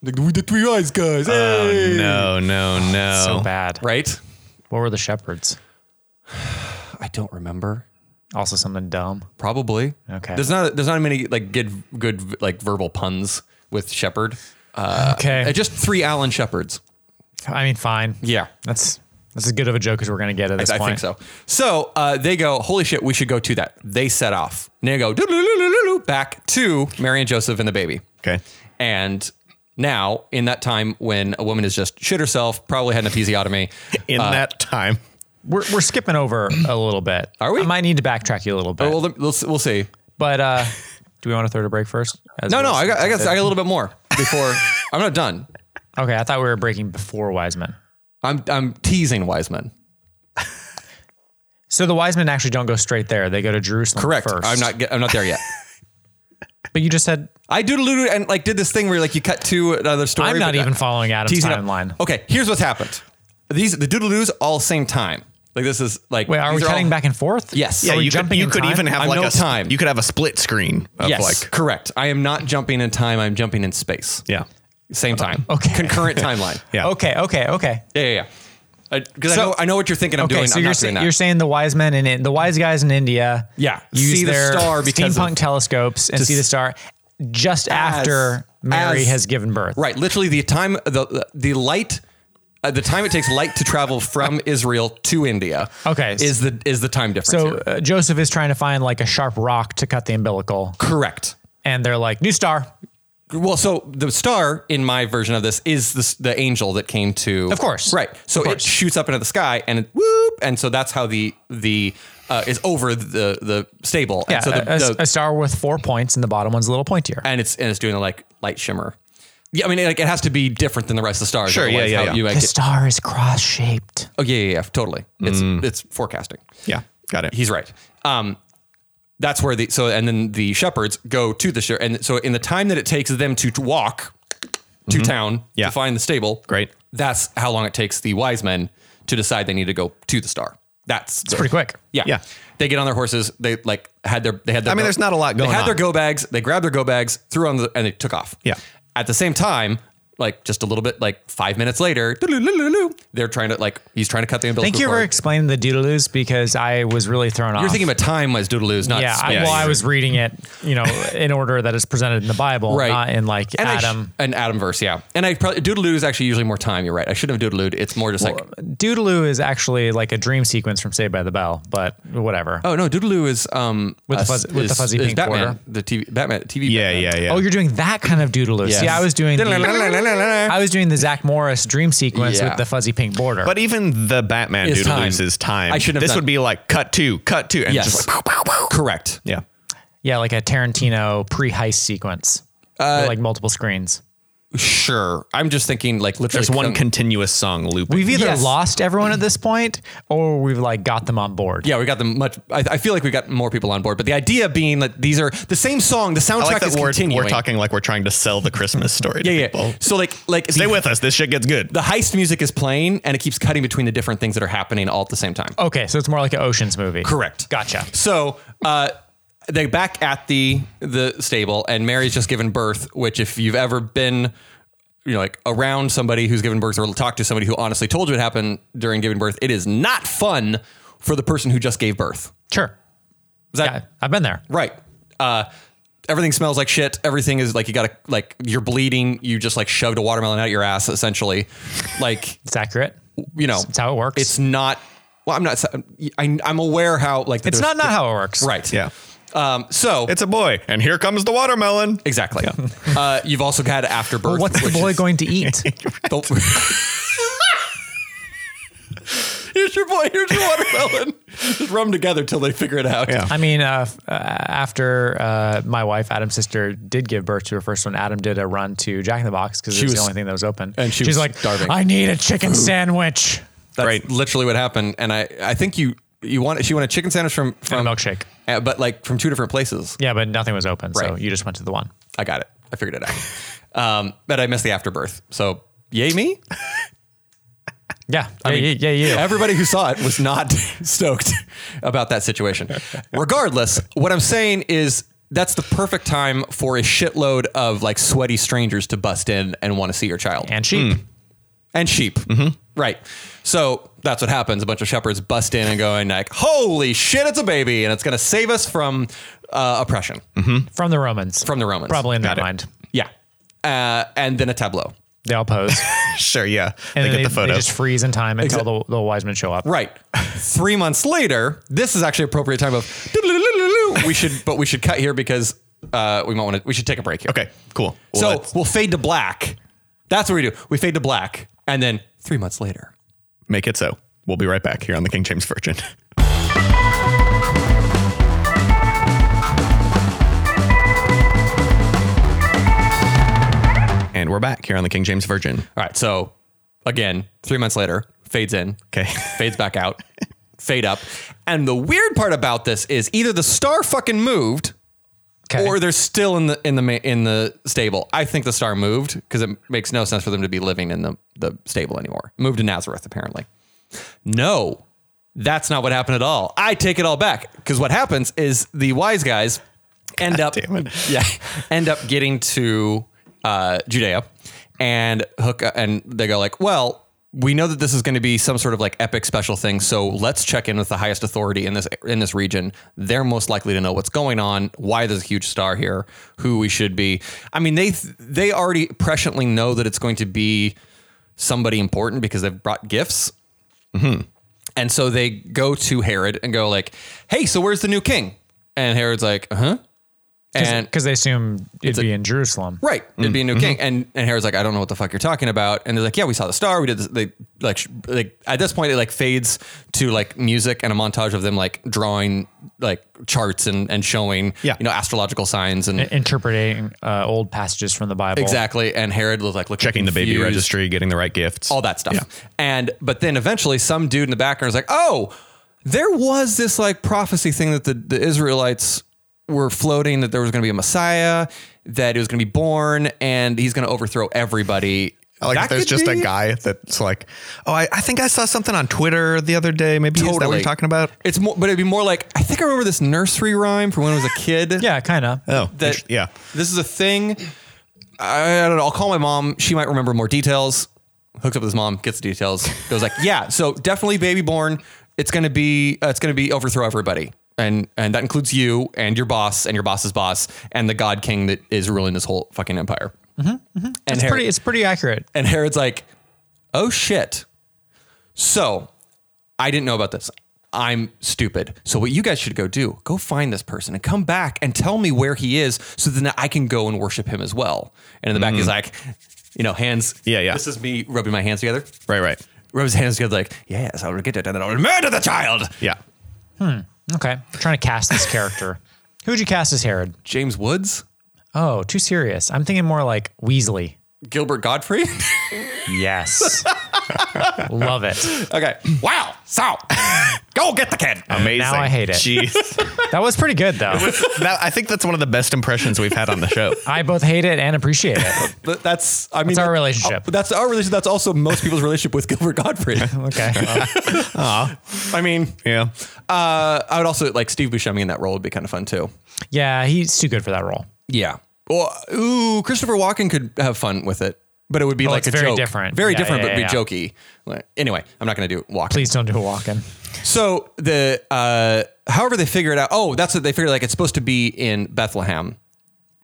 Speaker 3: Like, we the three eyes guys, hey!
Speaker 1: no, no, no.
Speaker 2: so bad.
Speaker 3: right?
Speaker 2: What were the Shepherds?
Speaker 3: I don't remember.
Speaker 2: Also, something dumb.
Speaker 3: Probably.
Speaker 2: Okay.
Speaker 3: There's not there's not many like good good like verbal puns with Shepard. Uh,
Speaker 2: Okay.
Speaker 3: uh, Just three Alan Shepherds.
Speaker 2: I mean, fine.
Speaker 3: Yeah.
Speaker 2: That's that's as good of a joke as we're gonna get at this
Speaker 3: I
Speaker 2: point.
Speaker 3: think so. So uh, they go, holy shit, we should go to that. They set off. And they go "Doo-doo-doo-doo-doo-doo," back to Mary and Joseph and the baby.
Speaker 1: Okay.
Speaker 3: And now, in that time when a woman has just shit herself, probably had an episiotomy, uh,
Speaker 1: In that time,
Speaker 2: We're we're skipping over a little bit.
Speaker 3: Are we? Oh.
Speaker 2: I might need to backtrack you a little bit.
Speaker 3: well, let- let's, we'll see.
Speaker 2: but uh, do we want to throw to break first? As
Speaker 3: No,
Speaker 2: well
Speaker 3: no,
Speaker 2: as-
Speaker 3: I got, I got, I got a little bit more before I'm not done.
Speaker 2: Okay, I thought we were breaking before Wiseman.
Speaker 3: I'm, I'm teasing Wiseman.
Speaker 2: So the Wisemen actually don't go straight there. They go to Jerusalem
Speaker 3: Correct.
Speaker 2: first.
Speaker 3: I'm not, get- I'm not there yet.
Speaker 2: But you just said
Speaker 3: I doodle and like did this thing where like you cut to another story.
Speaker 2: I'm not
Speaker 3: but, uh,
Speaker 2: even following Adam's
Speaker 3: teasing up. Oh,
Speaker 2: timeline.
Speaker 3: Okay, here's what's happened. These the doodle doos all same time. Like this is like
Speaker 2: Wait, are
Speaker 3: these
Speaker 2: we cutting
Speaker 3: all-
Speaker 2: back and forth?
Speaker 3: Yes.
Speaker 2: Are
Speaker 3: Yeah,
Speaker 2: we
Speaker 1: you could,
Speaker 2: jumping
Speaker 1: you
Speaker 2: in
Speaker 1: could
Speaker 2: time?
Speaker 1: even have
Speaker 3: I'm
Speaker 1: like
Speaker 3: no
Speaker 1: a s-
Speaker 3: time.
Speaker 1: You could have a split screen of
Speaker 3: Yes,
Speaker 1: like
Speaker 3: correct. I am not jumping in time. I'm jumping in space.
Speaker 1: yeah.
Speaker 3: Same time.
Speaker 2: Okay.
Speaker 3: Concurrent timeline.
Speaker 1: Yeah.
Speaker 2: Okay. Okay. Okay.
Speaker 3: Yeah. Yeah. yeah. Because
Speaker 2: So-
Speaker 3: I know I know what you're thinking. I'm
Speaker 2: Okay,
Speaker 3: doing.
Speaker 2: so
Speaker 3: I'm
Speaker 2: you're,
Speaker 3: not
Speaker 2: say,
Speaker 3: doing that.
Speaker 2: you're saying the wise men in the wise guys in India,
Speaker 3: Yeah,
Speaker 2: use
Speaker 3: see the
Speaker 2: their
Speaker 3: star because
Speaker 2: steampunk
Speaker 3: of-
Speaker 2: telescopes and see the star just after Mary
Speaker 3: as-
Speaker 2: has given birth.
Speaker 3: Right. Literally the time the the light uh, the time it takes light to travel from Israel to India.
Speaker 2: Okay.
Speaker 3: Is the is the time difference?
Speaker 2: So
Speaker 3: here.
Speaker 2: uh, Joseph is trying to find like a sharp rock to cut the umbilical,
Speaker 3: correct.
Speaker 2: and they're like, "New star."
Speaker 3: Well, so the star in my version of this is the, the angel that came to,
Speaker 2: Of course.
Speaker 3: right? So
Speaker 2: Of
Speaker 3: it
Speaker 2: course.
Speaker 3: shoots up into the sky and it, whoop, and so that's how the the uh, is over the the stable.
Speaker 2: Yeah,
Speaker 3: and so the,
Speaker 2: a,
Speaker 3: the-
Speaker 2: a star with four points, and the bottom one's a little pointier.
Speaker 3: and it's and it's doing a like light shimmer. Yeah, I mean, like it has to be different than the rest of the stars.
Speaker 1: Sure, yeah,
Speaker 3: otherwise
Speaker 1: yeah,
Speaker 3: how
Speaker 1: yeah.
Speaker 3: You make
Speaker 2: The
Speaker 3: it,
Speaker 2: star is cross-shaped.
Speaker 3: oh, yeah, yeah, yeah, totally. It's it's forecasting.
Speaker 1: Yeah. Got it.
Speaker 3: He's right. Um, that's where the so and then the shepherds go to the ship, and so in the time that it takes them to walk to town
Speaker 1: Yeah.
Speaker 3: to find the stable,
Speaker 1: Great.
Speaker 3: That's how long it takes the wise men to decide they need to go to the star. That's
Speaker 2: It's pretty quick.
Speaker 3: Yeah.
Speaker 1: Yeah.
Speaker 3: They get on their horses. They like had their they had their
Speaker 1: I mean, there's not a lot
Speaker 3: They
Speaker 1: going
Speaker 3: had their
Speaker 1: on.
Speaker 3: go bags. They grabbed their go bags, threw on the and they took off.
Speaker 1: Yeah.
Speaker 3: At the same time, like just a little bit like 5 minutes later, doo-doo-doo-doo-doo, they're trying to like he's trying to cut the umbilical
Speaker 2: Thank you for
Speaker 3: cord.
Speaker 2: explaining the doodaloos because I was really thrown off.
Speaker 3: You're thinking about time as doodaloos, not
Speaker 2: yeah, I,
Speaker 3: space.
Speaker 2: well, I was reading it, you know, in order that it's presented in the Bible,
Speaker 3: right.
Speaker 2: not in like
Speaker 3: and I sh-
Speaker 2: Adam.
Speaker 3: an Adam verse, yeah. And I probably doodaloo is actually usually more time. You're right. I shouldn't have doodalooed. It's more just like
Speaker 2: Doodaloo is actually like a dream sequence from Saved by the Bell, but whatever.
Speaker 3: oh no, doodaloo is um with
Speaker 2: the fuzz- with the fuzzy pink
Speaker 3: Batman,
Speaker 2: border.
Speaker 3: the TV Batman TV.
Speaker 1: Yeah.
Speaker 3: Batman.
Speaker 1: Yeah. Yeah.
Speaker 2: Oh, you're doing that kind of doodaloo. See, I was doing the, I was doing the Zach Morris dream sequence
Speaker 3: Yeah.
Speaker 2: with the fuzzy pink border.
Speaker 1: But even the Batman
Speaker 3: It's
Speaker 1: doodle
Speaker 3: time.
Speaker 1: loses time.
Speaker 3: I shouldn't have
Speaker 1: This
Speaker 3: done-
Speaker 1: would be like cut two, cut two, and
Speaker 3: Yes.
Speaker 1: just like, pow, pow, pow.
Speaker 3: Correct.
Speaker 1: yeah,
Speaker 2: yeah, like a Tarantino pre-heist sequence.
Speaker 3: Uh,
Speaker 2: With, like multiple screens.
Speaker 3: Sure. I'm just thinking like literally
Speaker 1: there's one
Speaker 3: um,
Speaker 1: continuous song looping.
Speaker 2: We've either
Speaker 3: yes.
Speaker 2: lost everyone at this point or we've like got them on board.
Speaker 3: yeah, we got them much. I, I feel like we got more people on board, but the idea being that these are the same song. The soundtrack
Speaker 1: I like
Speaker 3: is
Speaker 1: that we're,
Speaker 3: continuing.
Speaker 1: we're talking like we're trying to sell the Christmas story.
Speaker 3: yeah,
Speaker 1: to
Speaker 3: yeah.
Speaker 1: People.
Speaker 3: So like, like
Speaker 1: Stay
Speaker 3: the,
Speaker 1: with us. This shit gets good.
Speaker 3: the heist music is playing, and it keeps cutting between the different things that are happening all at the same time.
Speaker 2: Okay, so it's more like an Ocean's movie.
Speaker 3: Correct.
Speaker 2: Gotcha.
Speaker 3: So uh, they back at the the stable, and Mary's just given birth. Which, if you've ever been, you know, like around somebody who's given birth or talked to somebody who honestly told you what happened during giving birth, it is not fun for the person who just gave birth.
Speaker 2: Sure.
Speaker 3: Is that
Speaker 2: Yeah, I've been there.
Speaker 3: right? Uh, everything smells like shit. Everything is like you gotta like you're bleeding. You just like shoved a watermelon out your ass, essentially. Like
Speaker 2: It's accurate.
Speaker 3: you know,
Speaker 2: It's how it works.
Speaker 3: it's not. Well, I'm not. I, I'm aware how like
Speaker 2: It's not not how it works.
Speaker 3: right.
Speaker 1: Yeah.
Speaker 3: Um, so
Speaker 1: It's a boy, and here comes the watermelon.
Speaker 3: Exactly. Uh, you've also had afterbirth.
Speaker 2: What's the
Speaker 3: which
Speaker 2: boy
Speaker 3: is
Speaker 2: going to eat?
Speaker 3: the- here's your boy. Here's your watermelon. Just rub them together till they figure it out.
Speaker 1: Yeah.
Speaker 2: I mean, uh, f- uh, after uh, my wife, Adam's sister, did give birth to her first one, Adam did a run to Jack in the Box because it was,
Speaker 3: was-
Speaker 2: the only thing that was open.
Speaker 3: and she
Speaker 2: she's
Speaker 3: was
Speaker 2: like,
Speaker 3: starving.
Speaker 2: I need a chicken sandwich
Speaker 3: That's
Speaker 1: Right.
Speaker 3: literally what happened. And I, I think you, you want she wanted chicken sandwich from
Speaker 2: and
Speaker 3: from
Speaker 2: a milkshake.
Speaker 3: uh, but like from two different places.
Speaker 2: Yeah, but nothing was open. So
Speaker 3: Right.
Speaker 2: you just went to the one.
Speaker 3: I got it. I figured it out. um, but I missed the afterbirth. So yay me!
Speaker 2: Yeah. yeah, yeah, yeah, yeah.
Speaker 3: Everybody who saw it was not stoked about that situation. Regardless, what I'm saying is that's the perfect time for a shitload of like sweaty strangers to bust in and want to see your child.
Speaker 2: And sheep.
Speaker 3: and sheep. Mm-hmm. Right. So that's what happens. A bunch of shepherds bust in and going like, "Holy shit, it's a baby!" and it's going to save us from uh, oppression
Speaker 2: From the Romans.
Speaker 3: from the Romans.
Speaker 2: Probably in their
Speaker 1: Got it.
Speaker 2: mind.
Speaker 3: Yeah. Uh, and then a tableau.
Speaker 2: They all pose.
Speaker 1: Sure, yeah.
Speaker 2: And
Speaker 1: they
Speaker 2: then
Speaker 1: get the photo.
Speaker 2: just freeze in time until the, the wise men show up.
Speaker 3: Right. Three months later, this is actually appropriate time of we should, but we should cut here because uh, we might want to. We should take a break here.
Speaker 1: okay, cool. Well,
Speaker 3: so
Speaker 1: let's
Speaker 3: we'll fade to black. That's what we do. We fade to black, and then three months later.
Speaker 1: make it so. We'll be right back here on the King James Version. and we're back here on the King James Version.
Speaker 3: All right. So again, three months later, fades in.
Speaker 1: Okay.
Speaker 3: Fades back out. fade up. And the weird part about this is either the star fucking moved.
Speaker 2: Okay.
Speaker 3: Or they're still in the in the ma- in the stable. I think the star moved because it makes no sense for them to be living in the the stable anymore. Moved to Nazareth apparently. No, that's not what happened at all. I take it all back because what happens is the wise guys end up
Speaker 1: damn it.
Speaker 3: yeah end up getting to uh, Judea and hook and they go like, well, we know that this is going to be some sort of like epic special thing, so let's check in with the highest authority in this in this region. They're most likely to know what's going on, why there's a huge star here, who we should be. I mean, they they already presciently know that it's going to be somebody important because they've brought gifts. And so they go to Herod and go like, "Hey, so where's the new king?" And Herod's like, "Uh huh." And
Speaker 2: Because they assume it'd be in Jerusalem.
Speaker 3: right,
Speaker 1: Mm,
Speaker 3: it'd be a new king.
Speaker 1: mm-hmm.
Speaker 3: And and Herod's like, "I don't know what the fuck you're talking about." And they're like, "Yeah, we saw the star. We did this." They like, sh- like at this point, it like fades to like music and a montage of them like drawing like charts and and showing
Speaker 1: Yeah. Eh,
Speaker 3: you know astrological signs and.
Speaker 2: Interpreting uh, old passages from the Bible.
Speaker 3: Exactly, and Herod was like looking
Speaker 1: Checking the baby
Speaker 3: confused.
Speaker 1: registry, getting the right gifts.
Speaker 3: all that stuff. And but then eventually some dude in the background is like, "Oh, there was this like prophecy thing that the, the Israelites were floating that there was going to be a Messiah, that he was going to be born and he's going to overthrow everybody."
Speaker 1: I like
Speaker 3: That
Speaker 1: that there's
Speaker 3: could
Speaker 1: just a
Speaker 3: be-
Speaker 1: guy that's like, oh, I, I think I saw something on Twitter the other day. Maybe is that what
Speaker 3: Totally.
Speaker 1: you're talking about?
Speaker 3: It's more but it'd be more like I think I remember this nursery rhyme from when I was a kid.
Speaker 2: Yeah, kind of.
Speaker 1: Oh,
Speaker 3: That
Speaker 1: inter- yeah.
Speaker 3: This is a thing. I, I don't know. I'll call my mom. She might remember more details. Hooks up with his mom, gets the details. Goes like, yeah. So definitely baby born. It's gonna be. Uh, it's gonna be overthrow everybody, and and that includes you and your boss and your boss's boss and the god king that is ruling this whole fucking empire. And
Speaker 2: Mm-hmm, It's
Speaker 3: Herod-
Speaker 2: pretty, it's pretty accurate.
Speaker 3: and Herod's like, oh shit. So I didn't know about this. I'm stupid. So what you guys should go do, go find this person and come back and tell me where he is so then I can go and worship him as well. And in the back he's like, you know, hands.
Speaker 1: Mm. Yeah, yeah.
Speaker 3: This is me rubbing my hands together.
Speaker 1: Right, right.
Speaker 3: Rubs his hands together like, yes, I will get it. And then I will murder the child.
Speaker 1: Yeah.
Speaker 2: Okay. I'm trying to cast this character. Who would you cast as Herod?
Speaker 3: James Woods?
Speaker 2: Oh, too serious. I'm thinking more like Weasley.
Speaker 3: Gilbert Godfrey?
Speaker 2: Yes. Love it.
Speaker 3: okay. Wow. So go get the kid.
Speaker 1: Amazing.
Speaker 2: Now I hate it.
Speaker 1: Jeez.
Speaker 2: That was pretty good, though.
Speaker 1: that, I think that's one of the best impressions we've had on the show.
Speaker 2: I both hate it and appreciate it.
Speaker 3: Th- That's I mean uh,
Speaker 2: our relationship.
Speaker 3: That's our relationship. That's also most people's relationship with Gilbert Godfrey.
Speaker 2: Okay.
Speaker 3: I mean,
Speaker 1: Yeah.
Speaker 3: uh, I would also like Steve Buscemi in that role would be kind of fun too.
Speaker 2: yeah, he's too good for that role.
Speaker 3: Yeah. Well, ooh, Christopher Walken could have fun with it, but it would be like
Speaker 2: Oh, it's
Speaker 3: a
Speaker 2: very
Speaker 3: joke.
Speaker 2: different.
Speaker 3: very
Speaker 2: Yeah,
Speaker 3: different,
Speaker 2: yeah,
Speaker 3: but
Speaker 2: yeah,
Speaker 3: be jokey. Like, anyway, I'm not going to do Walken.
Speaker 2: Please don't do a walk-in.
Speaker 3: So the uh, however they figure it out. Oh, that's what they figured. Like it's supposed to be in Bethlehem.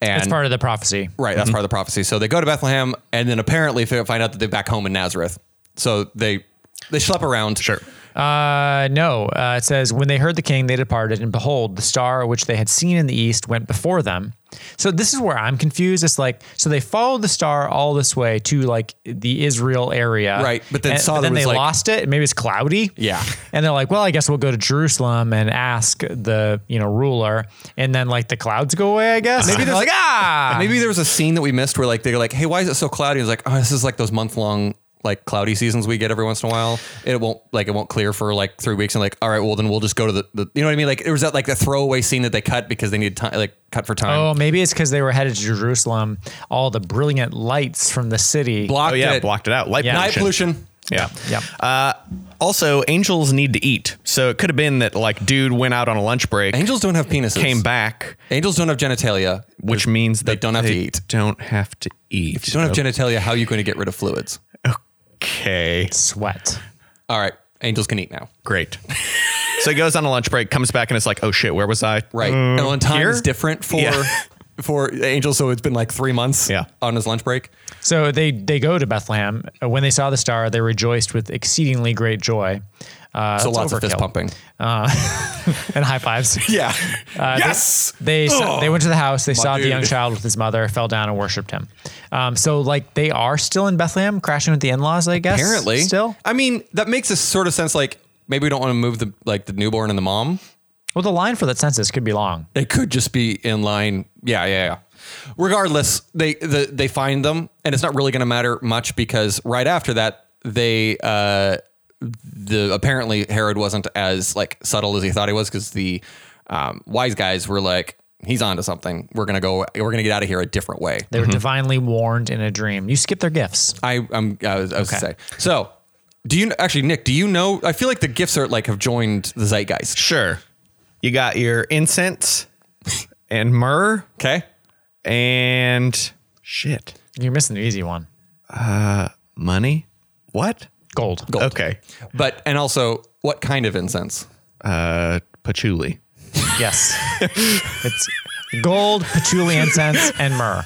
Speaker 3: And
Speaker 2: It's part of the prophecy.
Speaker 3: Right,
Speaker 1: Mm-hmm.
Speaker 3: that's part of the prophecy. So they go to Bethlehem, and then apparently fi- find out that they're back home in Nazareth. So they they schlep around.
Speaker 1: Sure.
Speaker 2: Uh, no, uh, it says, when they heard the king, they departed, and behold, the star which they had seen in the east went before them. So this is where I'm confused. It's like, so they followed the star all this way to like the Israel area.
Speaker 3: Right, but then
Speaker 2: And-
Speaker 3: saw there
Speaker 2: then
Speaker 3: was,
Speaker 2: they
Speaker 3: like-
Speaker 2: lost it. Maybe it's cloudy.
Speaker 3: Yeah.
Speaker 2: And they're like, well, I guess we'll go to Jerusalem and ask the, you know, ruler. And then like the clouds go away, I guess. Maybe
Speaker 3: there's-
Speaker 2: like, ah,
Speaker 3: Maybe there was a scene that we missed where like they're like, "Hey, why is it so cloudy?" It's like, "Oh, this is like those month long like cloudy seasons we get every once in a while. It won't like it won't clear for like three weeks." And like, all right, well then we'll just go to the, the you know what I mean? Like it was that like the throwaway scene that they cut because they needed time like cut for time.
Speaker 2: Oh, maybe it's because they were headed to Jerusalem. All the brilliant lights from the city.
Speaker 3: blocked
Speaker 1: Oh, yeah.
Speaker 3: it.
Speaker 1: Blocked it out. Light
Speaker 2: Yeah.
Speaker 3: Night pollution.
Speaker 1: Yeah. Uh,
Speaker 2: Yep.
Speaker 1: Also, angels need to eat. So it could have been that, like, dude went out on a lunch break,
Speaker 3: Angels don't have penises.
Speaker 1: came back,
Speaker 3: Angels don't have genitalia.
Speaker 1: which means that
Speaker 3: don't have to eat.
Speaker 1: Don't have to eat.
Speaker 3: If you don't have genitalia, how are you going to get rid of fluids?
Speaker 1: Okay.
Speaker 2: Sweat.
Speaker 3: All right, angels can eat now.
Speaker 1: Great. so he goes on a lunch break, comes back, and it's like, oh shit, where was I?
Speaker 3: Right. and on time
Speaker 1: here?
Speaker 3: is different for
Speaker 1: Yeah.
Speaker 3: for angels, so it's been like three months.
Speaker 1: Yeah.
Speaker 3: on his lunch break.
Speaker 2: So they they go to Bethlehem. Uh, When they saw the star, they rejoiced with exceedingly great joy. Uh,
Speaker 3: So
Speaker 2: it's
Speaker 3: lots of fist
Speaker 2: overkill.
Speaker 3: pumping.
Speaker 2: and high fives.
Speaker 3: Yeah. Uh,
Speaker 2: they-
Speaker 3: yes.
Speaker 2: They saw, they went to the house. They saw the
Speaker 3: Oh. dude.
Speaker 2: young child with his mother, fell down and worshipped him. Um, so like they are still in Bethlehem, crashing with the in-laws, I guess.
Speaker 3: Apparently,
Speaker 2: still.
Speaker 3: I mean, that makes a sort of sense. Like maybe we don't want to move the like the newborn and the mom.
Speaker 2: Well, the line for that census could be long.
Speaker 3: It could just be in line. Yeah, yeah, yeah. Regardless, they the, they find them, and it's not really going to matter much because right after that, they uh, the apparently Herod wasn't as like subtle as he thought he was because the um, wise guys were like, he's onto something. We're gonna go. We're gonna get out of here a different way.
Speaker 2: They were divinely warned in a dream. You skip their gifts.
Speaker 3: I I'm I was, I was gonna say so. Do you actually, Nick? Do you know? I feel like the gifts are like have joined the zeitgeist.
Speaker 1: Sure. You got your incense and myrrh
Speaker 3: Okay,
Speaker 1: and shit.
Speaker 2: You're missing the easy one.
Speaker 1: Money? What?
Speaker 2: Gold.
Speaker 1: Okay.
Speaker 3: but and also, what kind of incense?
Speaker 1: Uh, patchouli.
Speaker 2: Yes. it's gold, patchouli incense, and myrrh.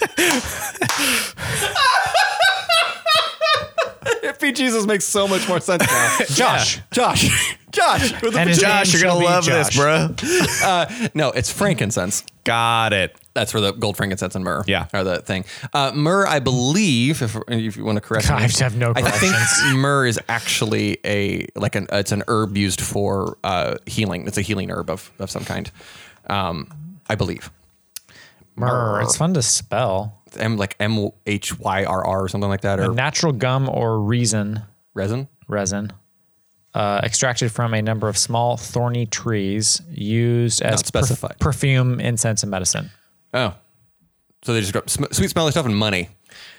Speaker 3: If Jesus makes so much more sense now.
Speaker 2: Josh.
Speaker 3: Josh. Josh. With the
Speaker 2: And his
Speaker 1: Josh,
Speaker 2: name
Speaker 1: you're
Speaker 2: shall
Speaker 1: gonna
Speaker 2: be
Speaker 1: love this,
Speaker 2: Josh.
Speaker 1: bro.
Speaker 3: paj- no, it's frankincense.
Speaker 1: Got it.
Speaker 3: That's where the gold, frankincense, and myrrh
Speaker 1: Yeah.
Speaker 3: are the thing. Uh, myrrh, I believe, if, if you want to correct me,
Speaker 2: I have no
Speaker 3: I think
Speaker 2: corrections.
Speaker 3: myrrh is actually a like an it's an herb used for uh, healing. It's a healing herb of, of some kind, um, I believe.
Speaker 2: Myrrh. It's fun to spell.
Speaker 3: M like M H Y R R or something like that, or
Speaker 2: Natural gum or resin.
Speaker 3: resin.
Speaker 2: resin, uh, extracted from a number of small thorny trees used as
Speaker 3: Not specified.
Speaker 2: perfume, incense, and medicine.
Speaker 3: Oh, so they just got sm- sweet smelling stuff and money.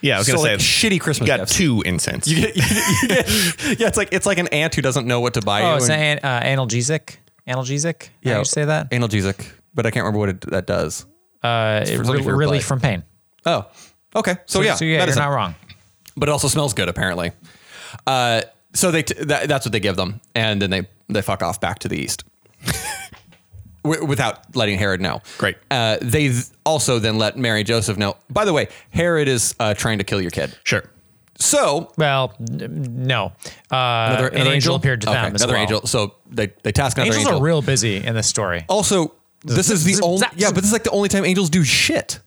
Speaker 1: Yeah, I was
Speaker 3: so
Speaker 1: gonna
Speaker 3: like
Speaker 1: say
Speaker 3: shitty
Speaker 1: you
Speaker 3: Christmas
Speaker 1: got
Speaker 3: gifts.
Speaker 1: two incense.
Speaker 3: yeah, it's like it's like an aunt who doesn't know what to buy.
Speaker 2: Oh,
Speaker 3: you
Speaker 2: it's
Speaker 3: and-
Speaker 2: an, uh, analgesic. Analgesic. Yeah, you say that.
Speaker 3: analgesic, but I can't remember what it, that does.
Speaker 2: Uh, it
Speaker 3: something
Speaker 2: re-
Speaker 3: for your
Speaker 2: relief
Speaker 3: butt.
Speaker 2: from pain.
Speaker 3: Oh, okay. So, yeah,
Speaker 2: so yeah,
Speaker 3: medicine.
Speaker 2: you're not wrong.
Speaker 3: but it also smells good apparently. Uh, so they t- that, that's what they give them, and then they they fuck off back to the east. Wi- Without letting Herod know.
Speaker 1: Great.
Speaker 3: Uh, they th- also then let Mary and Joseph know. By the way, Herod is uh, trying to kill your kid.
Speaker 1: Sure.
Speaker 3: So
Speaker 2: Well, n- no. Uh, another, an angel, appeared to
Speaker 3: Okay,
Speaker 2: them. As
Speaker 3: another
Speaker 2: well.
Speaker 3: angel. So they they task another
Speaker 2: Angels
Speaker 3: angel. Oh,
Speaker 2: are real busy in this story.
Speaker 3: also, this is the
Speaker 2: zip,
Speaker 3: only
Speaker 2: zap,
Speaker 3: yeah,
Speaker 2: zip.
Speaker 3: but this is like the only time angels do shit.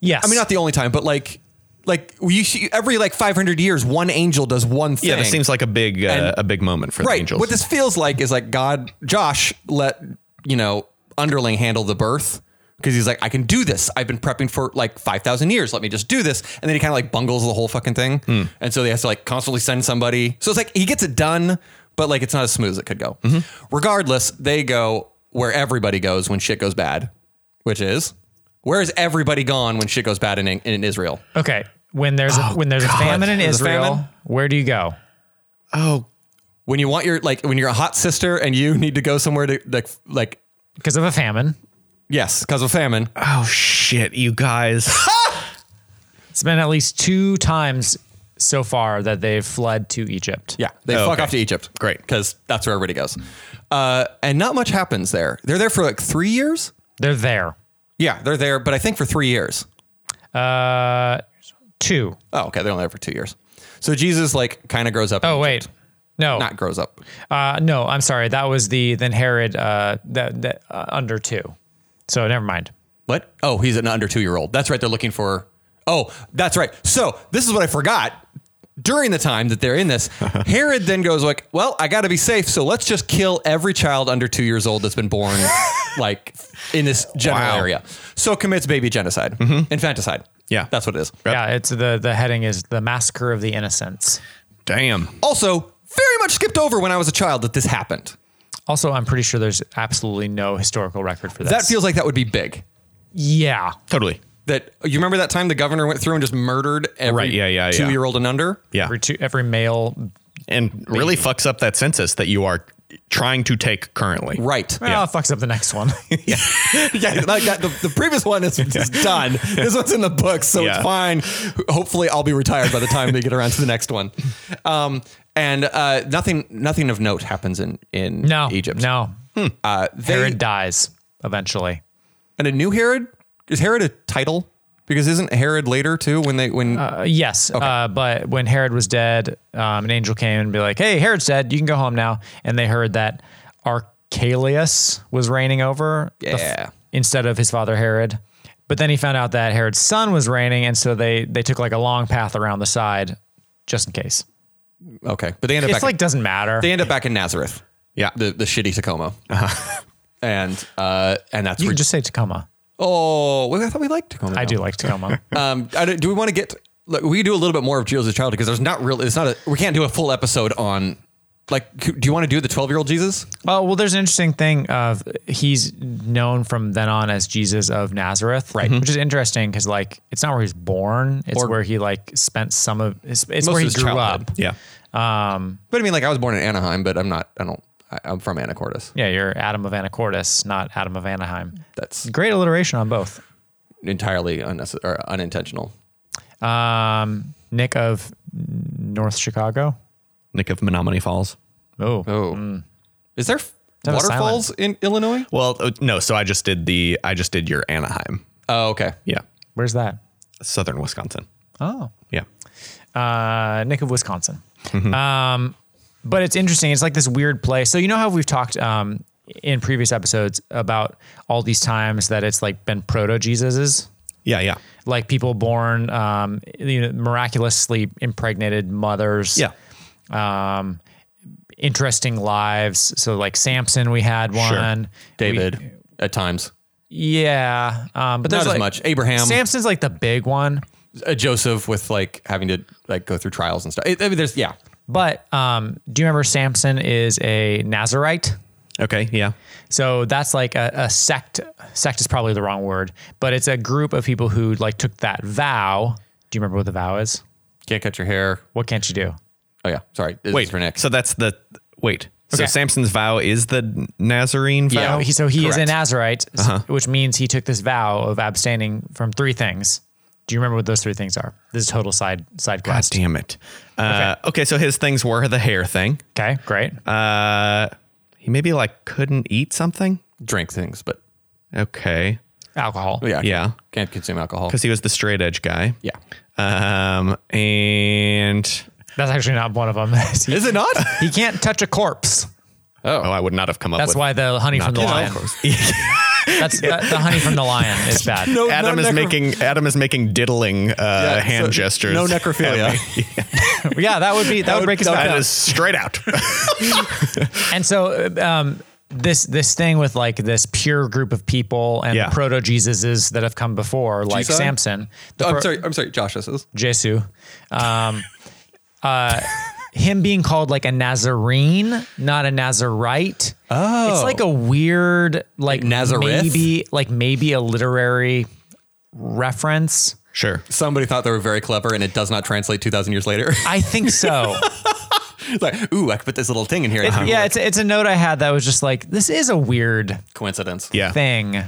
Speaker 2: Yes.
Speaker 3: I mean, not the only time, but like, like you see every like 500 years, one angel does one thing.
Speaker 1: Yeah, this seems like a big uh, a big moment for
Speaker 3: right.
Speaker 1: the angels.
Speaker 3: What this feels like is like God, Josh, let you know underling handle the birth because he's like, I can do this. I've been prepping for like 5,000 years. Let me just do this, and then he kind of like bungles the whole fucking thing, and so they have to like constantly send somebody. So it's like he gets it done, but like it's not as smooth as it could go. Regardless, they go where everybody goes when shit goes bad, which is. Where is everybody gone when shit goes bad in, in Israel?
Speaker 2: okay. When there's
Speaker 3: Oh,
Speaker 2: a, when there's a famine in
Speaker 3: There's a
Speaker 2: Israel,
Speaker 3: famine?
Speaker 2: where do you go?
Speaker 1: oh,
Speaker 3: when you want your like when you're a hot sister and you need to go somewhere to like like
Speaker 2: Because of a famine.
Speaker 3: yes because of famine
Speaker 1: oh shit, you guys.
Speaker 2: It's been at least two times so far that they've fled to Egypt.
Speaker 3: yeah they
Speaker 1: Oh,
Speaker 3: fuck
Speaker 1: okay.
Speaker 3: off to egypt
Speaker 1: Great.
Speaker 3: because that's where everybody goes uh, and not much happens there they're there for like three years
Speaker 2: They're there.
Speaker 3: yeah they're there but i think for three years
Speaker 2: Uh, two.
Speaker 3: oh okay they're only there for two years so jesus like kind of grows up
Speaker 2: Oh wait, no,
Speaker 3: not grows up
Speaker 2: uh, no. I'm sorry. That was the then Herod. Uh, that that uh, under two. So never mind.
Speaker 3: What? Oh, he's an under two year old. That's right. They're looking for. Oh, that's right. So this is what I forgot. During the time that they're in this, Herod then goes like, "Well, I got to be safe, so let's just kill every child under two years old that's been born, like in this general
Speaker 1: Wow. Mm-hmm.
Speaker 3: area." So commits baby genocide, infanticide.
Speaker 1: Yeah.
Speaker 3: that's what it is.
Speaker 2: Yeah, it's the the heading is the massacre of the innocents.
Speaker 1: Damn.
Speaker 3: Also, very much skipped over when I was a child that this happened.
Speaker 2: Also, I'm pretty sure there's absolutely no historical record for this.
Speaker 3: That feels like that would be big.
Speaker 2: yeah.
Speaker 1: Totally.
Speaker 3: That you remember that time the governor went through and just murdered every
Speaker 1: Right, yeah, yeah, yeah.
Speaker 3: two year old and under.
Speaker 1: Yeah.
Speaker 2: Every, two, every male
Speaker 1: And really fucks up that census that you are trying to take currently.
Speaker 3: Right.
Speaker 2: Well, it uh, fucks up the next one.
Speaker 3: yeah, like that, the, the previous one is, is done. This one's in the books, so
Speaker 1: Yeah.
Speaker 3: it's fine. Hopefully, I'll be retired by the time they get around to the next one. Um, and uh, nothing, nothing of note happens in in
Speaker 2: no,
Speaker 3: Egypt.
Speaker 2: No,
Speaker 3: uh, they,
Speaker 2: Herod dies eventually.
Speaker 3: and a new Herod is Herod a title? Because isn't Herod later too? When they when
Speaker 2: Uh, yes, uh, but when Herod was dead, um, an angel came and be like, "Hey, Herod's dead. You can go home now." And they heard that Archelaus was reigning over the f-
Speaker 3: Yeah.
Speaker 2: instead of his father Herod. But then he found out that Herod's son was reigning, and so they they took like a long path around the side, just in case.
Speaker 3: okay, but they end up
Speaker 2: It's
Speaker 3: back
Speaker 2: like doesn't matter.
Speaker 3: they end up back in Nazareth.
Speaker 1: Yeah.
Speaker 3: the the shitty Tacoma. And uh, and that's
Speaker 2: you
Speaker 3: where,
Speaker 2: can just say Tacoma.
Speaker 3: oh well, I thought we liked Tacoma.
Speaker 2: I
Speaker 3: now.
Speaker 2: do like Tacoma.
Speaker 3: Um, I don't- do we want to get? Look, we do a little bit more of Jesus's childhood because there's not really. It's not a. We can't do a full episode on. Like, c- do you want to do the 12 year old Jesus?
Speaker 2: Well, well, there's an interesting thing of he's known from then on as Jesus of Nazareth, right? Which is interesting because like it's not where he was born; it's where he like spent some of his. It's
Speaker 3: Most
Speaker 2: where
Speaker 3: of
Speaker 2: he
Speaker 3: his
Speaker 2: grew
Speaker 3: childhood.
Speaker 2: up.
Speaker 1: Yeah.
Speaker 3: But I mean, like, I was born in Anaheim, but I'm not. I don't. I, I'm from Anacortes.
Speaker 2: Yeah, you're Adam of Anacortes, not Adam of Anaheim.
Speaker 3: That's
Speaker 2: Great alliteration on both.
Speaker 3: entirely unnecessary or unintentional.
Speaker 2: Um, Nick of North Chicago.
Speaker 1: Nick of Menominee Falls.
Speaker 2: Oh,
Speaker 3: Oh, is there f-
Speaker 2: that a
Speaker 3: waterfalls in Illinois?
Speaker 1: Well, uh, no. So I just did the I just did your Anaheim.
Speaker 3: Oh, okay.
Speaker 1: Yeah.
Speaker 2: where's that?
Speaker 1: Southern Wisconsin.
Speaker 2: Oh,
Speaker 1: Yeah.
Speaker 2: uh, Nick of Wisconsin. Um, but it's interesting. It's like this weird place. So you know how we've talked um, in previous episodes about all these times that it's like been proto Jesuses,
Speaker 1: Yeah. Yeah.
Speaker 2: like people born, um, you know, miraculously impregnated mothers.
Speaker 1: Yeah.
Speaker 2: Um, interesting lives. So like Samson, we had one.
Speaker 3: David
Speaker 2: We-
Speaker 3: at times,
Speaker 2: yeah. Um, but there's
Speaker 3: not as
Speaker 2: like-
Speaker 3: much. Abraham,
Speaker 2: Samson's like the big one.
Speaker 3: uh, Joseph, with like having to like go through trials and stuff. I- I mean, there's yeah.
Speaker 2: But um, do you remember Samson is a Nazarite?
Speaker 1: Okay. Yeah.
Speaker 2: So that's like a, a sect. Sect is probably the wrong word, but it's a group of people who like took that vow. Do you remember what the vow is?
Speaker 3: Can't cut your hair.
Speaker 2: What can't you do?
Speaker 3: Oh yeah, sorry. This
Speaker 1: Wait.
Speaker 3: is for Nick.
Speaker 1: So that's the wait. So
Speaker 2: Okay.
Speaker 1: Samson's vow is the Nazarene vow.
Speaker 2: Uh, He, so he is a
Speaker 3: Correct.
Speaker 2: Nazarite, s- which means he took this vow of abstaining from three things. Do you remember what those three things are? This is total side side
Speaker 1: God
Speaker 2: quest.
Speaker 1: damn it. Uh, okay. So his things were the hair thing.
Speaker 2: Okay, great.
Speaker 1: Uh, he maybe like couldn't eat something.
Speaker 3: Drink things, but
Speaker 1: Okay.
Speaker 2: Alcohol.
Speaker 3: Oh, yeah,
Speaker 1: Yeah.
Speaker 3: can't consume alcohol.
Speaker 1: Because he was the straight edge guy.
Speaker 3: Yeah.
Speaker 1: Um, and
Speaker 2: That's actually not one of them. he,
Speaker 3: Is it not?
Speaker 2: he can't touch a corpse.
Speaker 1: oh, I would not have come up
Speaker 2: That's
Speaker 1: with
Speaker 2: why the honey from the
Speaker 1: You know,
Speaker 2: lion.
Speaker 1: of course.
Speaker 2: That's that, the honey from the lion is bad.
Speaker 1: Oh, Adam
Speaker 3: no
Speaker 1: is
Speaker 3: necro-
Speaker 1: making Adam is making diddling uh,
Speaker 3: Yeah,
Speaker 1: hand
Speaker 3: so
Speaker 1: gestures.
Speaker 3: No necrophilia.
Speaker 2: Yeah, that would be that would
Speaker 3: would-
Speaker 2: break his
Speaker 3: that
Speaker 2: back.
Speaker 3: would
Speaker 1: That is straight out.
Speaker 2: and so um, this this thing with like this pure group of people and
Speaker 1: Yeah.
Speaker 2: proto Jesuses that Oh, have come before, like
Speaker 3: Jesus?
Speaker 2: Samson, the
Speaker 3: Oh, I'm
Speaker 2: pro-
Speaker 3: sorry. I'm sorry. Josh, this is
Speaker 2: Jesu, um, uh, him being called like a Nazarene, not a Nazarite. Oh, it's like a weird like
Speaker 3: Nazareth?
Speaker 2: maybe like maybe a literary reference.
Speaker 1: sure.
Speaker 3: somebody thought they were very clever, and it does not translate two thousand years later.
Speaker 2: I think so.
Speaker 3: It's like, ooh, I could put this little thing in here. Uh-huh.
Speaker 2: yeah, it's it's a note I had that was just like this is a weird
Speaker 3: coincidence.
Speaker 1: Yeah.
Speaker 2: thing.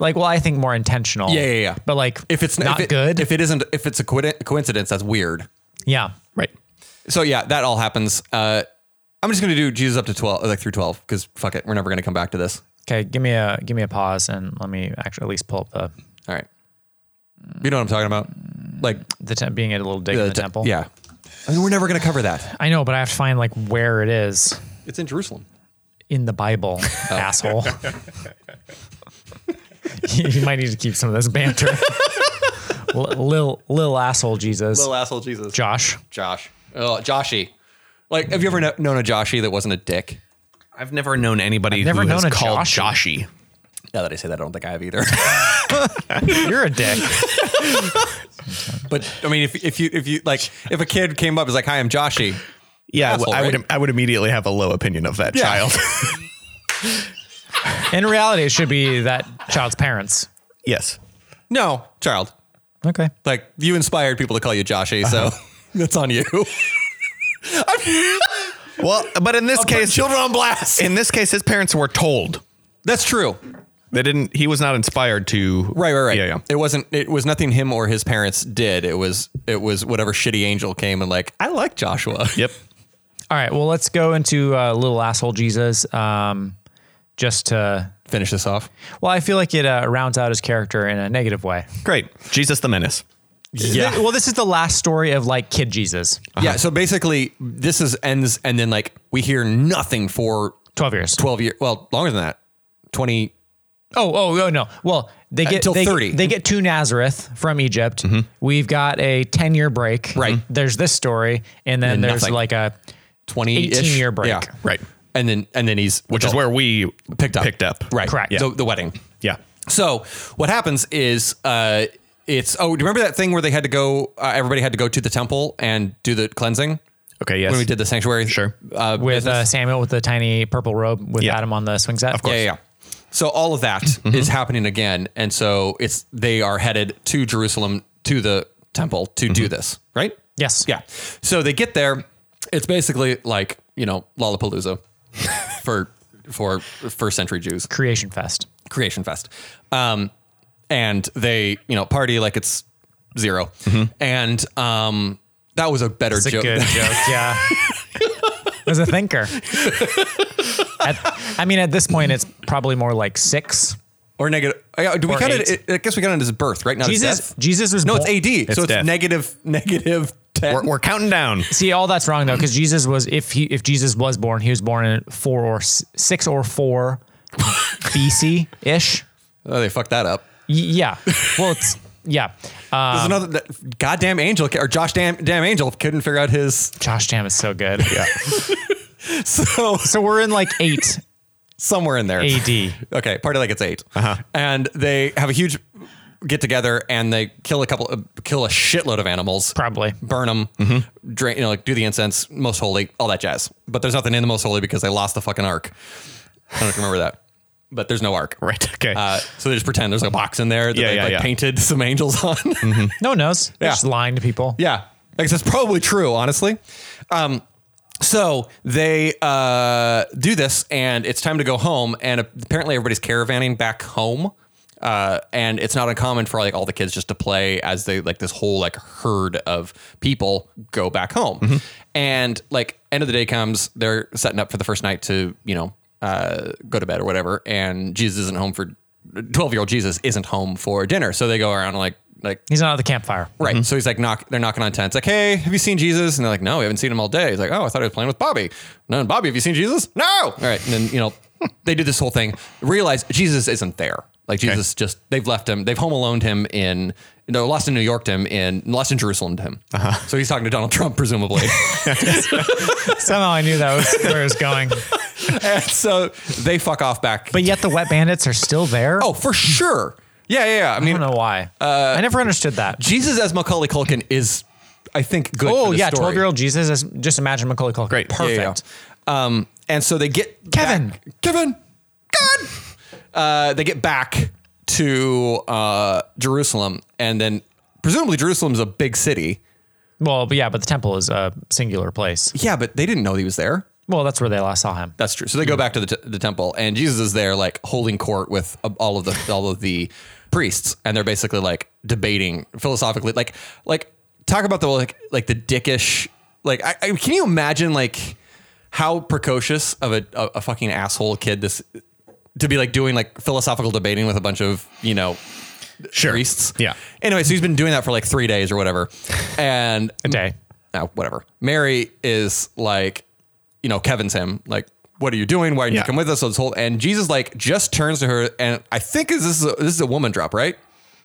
Speaker 2: Like, well, I think more intentional.
Speaker 3: Yeah, yeah, yeah.
Speaker 2: But like,
Speaker 3: If it's
Speaker 2: not
Speaker 3: if it-
Speaker 2: good,
Speaker 3: if it isn't, if it's a coidi- coincidence, that's weird.
Speaker 2: yeah,
Speaker 1: Right.
Speaker 3: So yeah, that all happens. Uh, I'm just gonna do Jesus up to twelve, like through twelve, because fuck it, we're never gonna come back to this.
Speaker 2: okay. Give me a give me a pause and let me actually at least pull up the
Speaker 3: All right. You know what I'm talking about? Like
Speaker 2: the temp being a little dig in the
Speaker 3: te-
Speaker 2: temple.
Speaker 3: Yeah. I mean, we're never gonna cover that.
Speaker 2: I know, but I have to find like where it is
Speaker 3: It's in Jerusalem.
Speaker 2: in the Bible,
Speaker 3: Oh.
Speaker 2: asshole. you, you might need to keep some of this banter. L- lil lil asshole Jesus,
Speaker 3: Little asshole Jesus.
Speaker 2: Josh.
Speaker 3: Josh. Oh, Joshy. Like, have you ever kno- known a Joshy that wasn't a dick?
Speaker 1: I've never known anybody
Speaker 2: never
Speaker 1: who has
Speaker 2: known a
Speaker 1: called
Speaker 2: Joshy.
Speaker 1: Joshy.
Speaker 3: Now that I say that, I don't think I have either.
Speaker 2: You're a dick.
Speaker 3: but I mean, if, if you if you like, if a kid came up and was like, "Hi, I'm Joshy,"
Speaker 1: Yeah,
Speaker 3: Asshole,
Speaker 1: I would.
Speaker 3: right?
Speaker 1: I would immediately have a low opinion of that child.
Speaker 2: In reality, it should be that child's parents.
Speaker 1: yes.
Speaker 3: no, child,
Speaker 2: Okay.
Speaker 3: like Uh-huh. you inspired people to call you Joshy, so that's on you. I'm-
Speaker 1: Well, but in this
Speaker 3: Put
Speaker 1: case,
Speaker 3: children on blast.
Speaker 1: in this case, his parents were told
Speaker 3: That's true.
Speaker 1: they didn't. He was not inspired to.
Speaker 3: Right, right, right.
Speaker 1: Yeah, yeah.
Speaker 3: It wasn't. It was nothing him or his parents did. It was. It was whatever shitty angel came and like. I like Joshua.
Speaker 1: Yep.
Speaker 2: All right. Well, let's go into uh, little asshole Jesus. Um, just to,
Speaker 3: Finish this off.
Speaker 2: well, I feel like it uh, rounds out his character in a negative way.
Speaker 1: Great. Jesus the Menace.
Speaker 3: Yeah.
Speaker 2: Well, this is the last story of like kid Jesus.
Speaker 3: Yeah. So basically, this is ends, and then like we hear nothing for
Speaker 2: Twelve years.
Speaker 3: twelve years. Well, longer than that. Twenty.
Speaker 2: Oh, oh, oh, no. Well, they get
Speaker 3: Until
Speaker 2: they,
Speaker 3: 30.
Speaker 2: They get to Nazareth from Egypt. We've got a ten year break.
Speaker 3: Right.
Speaker 2: There's this story, and then
Speaker 3: And
Speaker 2: there's
Speaker 3: nothing.
Speaker 2: like a
Speaker 3: 20
Speaker 2: 18 year break.
Speaker 3: Yeah.
Speaker 1: Right.
Speaker 3: And then and then he's
Speaker 1: Which is where we
Speaker 3: picked up.
Speaker 1: Picked up.
Speaker 3: Right.
Speaker 2: Correct.
Speaker 3: The, the wedding.
Speaker 1: Yeah.
Speaker 3: So what happens is uh it's oh, do you remember that thing where they had to go uh, everybody had to go to the temple and do the cleansing?
Speaker 1: Okay. Yes.
Speaker 3: When we did the sanctuary?
Speaker 1: Sure.
Speaker 3: Uh,
Speaker 2: with uh,
Speaker 3: business?
Speaker 2: Samuel with the tiny purple robe with
Speaker 1: Yeah.
Speaker 2: Adam on the swing set. Of
Speaker 3: yeah, yeah, yeah. So all of that is
Speaker 1: Mm-hmm.
Speaker 3: happening again. And so it's they are headed to Jerusalem to the temple to
Speaker 1: Mm-hmm.
Speaker 3: do this, right?
Speaker 2: Yes.
Speaker 3: Yeah. So they get there. It's basically like, you know, Lollapalooza for for first century Jews.
Speaker 2: Creation Fest.
Speaker 3: Creation Fest. Um, and they, you know, party like it's 0 And um, that was a better
Speaker 2: It's a
Speaker 3: joke.
Speaker 2: good joke. Yeah. As a thinker. At- I mean, at this point, it's probably more like six.
Speaker 3: or negative. I- Do we
Speaker 2: Or
Speaker 3: count
Speaker 2: eight.
Speaker 3: it, it? I guess we count it as birth, right? Not as
Speaker 2: Jesus,
Speaker 3: death?
Speaker 2: Jesus was
Speaker 3: Oh, No, it's
Speaker 2: born-
Speaker 3: AD. so it's
Speaker 1: death.
Speaker 3: negative, negative 10.
Speaker 1: We're, we're counting down.
Speaker 2: See, all that's wrong though, because Jesus was if he if Jesus was born, he was born in four or s- six or four BC ish.
Speaker 3: oh, they fucked that up.
Speaker 2: yeah. Well, it's yeah. Uh,
Speaker 3: There's another that goddamn angel or Josh damn, damn angel couldn't figure out his.
Speaker 2: Josh Jam is so good. Yeah.
Speaker 3: So
Speaker 2: So we're in like eight
Speaker 3: somewhere in there.
Speaker 2: AD.
Speaker 3: Okay, party like it's 8
Speaker 1: Uh-huh.
Speaker 3: And they have a huge get together, and they kill a couple, uh, kill a shitload of animals,
Speaker 2: Probably.
Speaker 3: burn them,
Speaker 1: Mm-hmm.
Speaker 3: drain, you know, like do the incense, most holy, all that jazz. But there's nothing in the most holy because they lost the fucking ark. I don't know if you remember that, but there's no ark.
Speaker 1: Right. Okay.
Speaker 3: Uh, so they just pretend there's like a box in there that
Speaker 1: Yeah,
Speaker 3: they
Speaker 1: yeah,
Speaker 3: like
Speaker 1: yeah. Mm-hmm.
Speaker 3: painted some angels on.
Speaker 2: No one knows. They're
Speaker 3: Yeah.
Speaker 2: Just lying to people.
Speaker 3: Yeah. I guess that's probably true, honestly. Um, so they uh, do this, and it's time to go home. And apparently, everybody's caravanning back home. Uh, and it's not uncommon for like all the kids just to play as they like this whole like herd of people go back home. And like end of the day comes, they're setting up for the first night to you know uh, go to bed or whatever. And Jesus isn't home for twelve year old Jesus isn't home for dinner, so they go around like like
Speaker 2: He's not at the campfire.
Speaker 3: Right. So he's like, knock. They're knocking on tents. Like, hey, have you seen Jesus? And they're like, no, we haven't seen him all day. He's like, oh, I thought he was playing with Bobby. No, and Bobby, have you seen Jesus? No. All right. And then you know, they do this whole thing. Realize Jesus isn't there. Like Jesus just they've left him. They've home alone him in. No, lost in New York to him in lost in Jerusalem to him.
Speaker 2: Uh-huh.
Speaker 3: So he's talking to Donald Trump presumably.
Speaker 2: Somehow I knew that was where it was going.
Speaker 3: and so they fuck off back.
Speaker 2: But yet the wet bandits are still there.
Speaker 3: oh, uh, for sure. Yeah, yeah. yeah. I
Speaker 2: I
Speaker 3: mean,
Speaker 2: don't know why. I never understood that.
Speaker 3: Jesus as Macaulay Culkin is, I think, good.
Speaker 2: Oh yeah,
Speaker 3: twelve
Speaker 2: twelve year old Jesus is just imagine Macaulay Culkin.
Speaker 1: Great. Yeah,
Speaker 2: perfect.
Speaker 3: Yeah. Um, and so they get
Speaker 2: Kevin.
Speaker 3: back- Kevin, God. Uh, they get back to uh, Jerusalem, and then presumably Jerusalem's a big city.
Speaker 2: Well, but yeah, but the temple is a singular place.
Speaker 3: Yeah, but they didn't know he was there.
Speaker 2: Well, that's where they last saw him.
Speaker 3: That's true. So they
Speaker 1: Mm.
Speaker 3: go back to the, t- the temple, and Jesus is there, like holding court with uh, all of the all of the priests, and they're basically like debating philosophically, like like talk about the like like the dickish, like I, I, can you imagine like how precocious of a, a a fucking asshole kid this to be like doing like philosophical debating with a bunch of you know
Speaker 1: sure.
Speaker 3: priests.
Speaker 1: Yeah.
Speaker 3: Anyway, so he's been doing that for like three days or whatever, and
Speaker 2: A day.
Speaker 3: no, Ah, whatever. Mary is like, you know, Kevin's him. Like, what are you doing? Why didn't
Speaker 1: Yeah.
Speaker 3: you come with us? So this whole and Jesus like just turns to her and I think is this is a, this is a woman drop, right?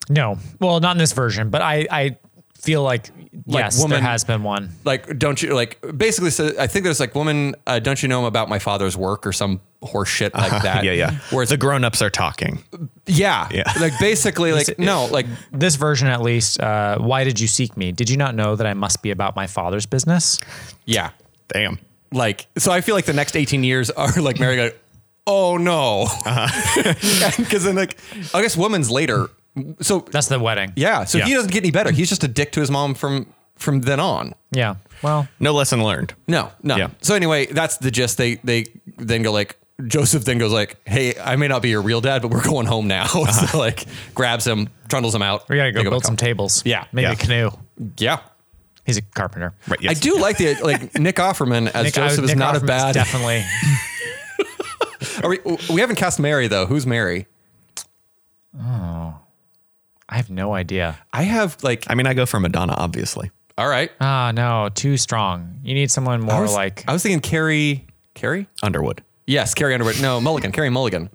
Speaker 2: No, well, not in this version, but I I feel like, yes,
Speaker 3: woman-
Speaker 2: there has been one.
Speaker 3: Like, don't you like basically? So I think there's like, woman, uh, don't you know about my father's work or some horse shit like that?
Speaker 1: Uh-huh. Yeah. Yeah.
Speaker 3: Where
Speaker 1: Where
Speaker 3: it's
Speaker 1: the grown ups are talking.
Speaker 3: yeah,
Speaker 1: Yeah.
Speaker 3: like basically like no, like
Speaker 2: This version, at least. Uh, why did you seek me? Did you not know that I must be about my father's business?
Speaker 3: yeah,
Speaker 1: Damn.
Speaker 3: like so. I feel like the next 18 years are like Mary going, oh no,
Speaker 1: Uh-huh.
Speaker 3: because then like I guess woman's later. So
Speaker 2: That's the wedding.
Speaker 3: Yeah. So
Speaker 1: Yeah.
Speaker 3: he doesn't get any better. He's just a dick to his mom from from then on.
Speaker 2: Yeah. Well,
Speaker 1: No lesson learned.
Speaker 3: No, no.
Speaker 1: Yeah.
Speaker 3: So anyway, that's the gist. They they then go like Joseph then goes like, "Hey, I may not be your real dad, but we're going home now." so like grabs him, trundles him out.
Speaker 2: Uh-huh. we gotta go
Speaker 3: They
Speaker 2: build
Speaker 3: back
Speaker 2: some
Speaker 3: home.
Speaker 2: tables.
Speaker 3: Yeah.
Speaker 2: Maybe
Speaker 1: Yeah.
Speaker 2: a canoe.
Speaker 3: yeah.
Speaker 2: He's a carpenter.
Speaker 1: Right.
Speaker 3: I
Speaker 1: Yes.
Speaker 3: do like the like Nick Offerman as
Speaker 2: I-
Speaker 3: Joseph is
Speaker 2: Nick
Speaker 3: not
Speaker 2: Offerman's
Speaker 3: a bad.
Speaker 2: Definitely.
Speaker 3: Are we, we haven't cast Mary though. Who's Mary?
Speaker 2: I have no idea.
Speaker 3: I have like
Speaker 1: I mean, I go for Madonna, obviously.
Speaker 3: all right.
Speaker 2: Ah, no, too strong. You need someone more
Speaker 3: I was,
Speaker 2: like.
Speaker 3: I was thinking Carrie. Carrie?
Speaker 1: Underwood.
Speaker 3: Yes, Carrie Underwood. No, Mulligan. Carrie Mulligan.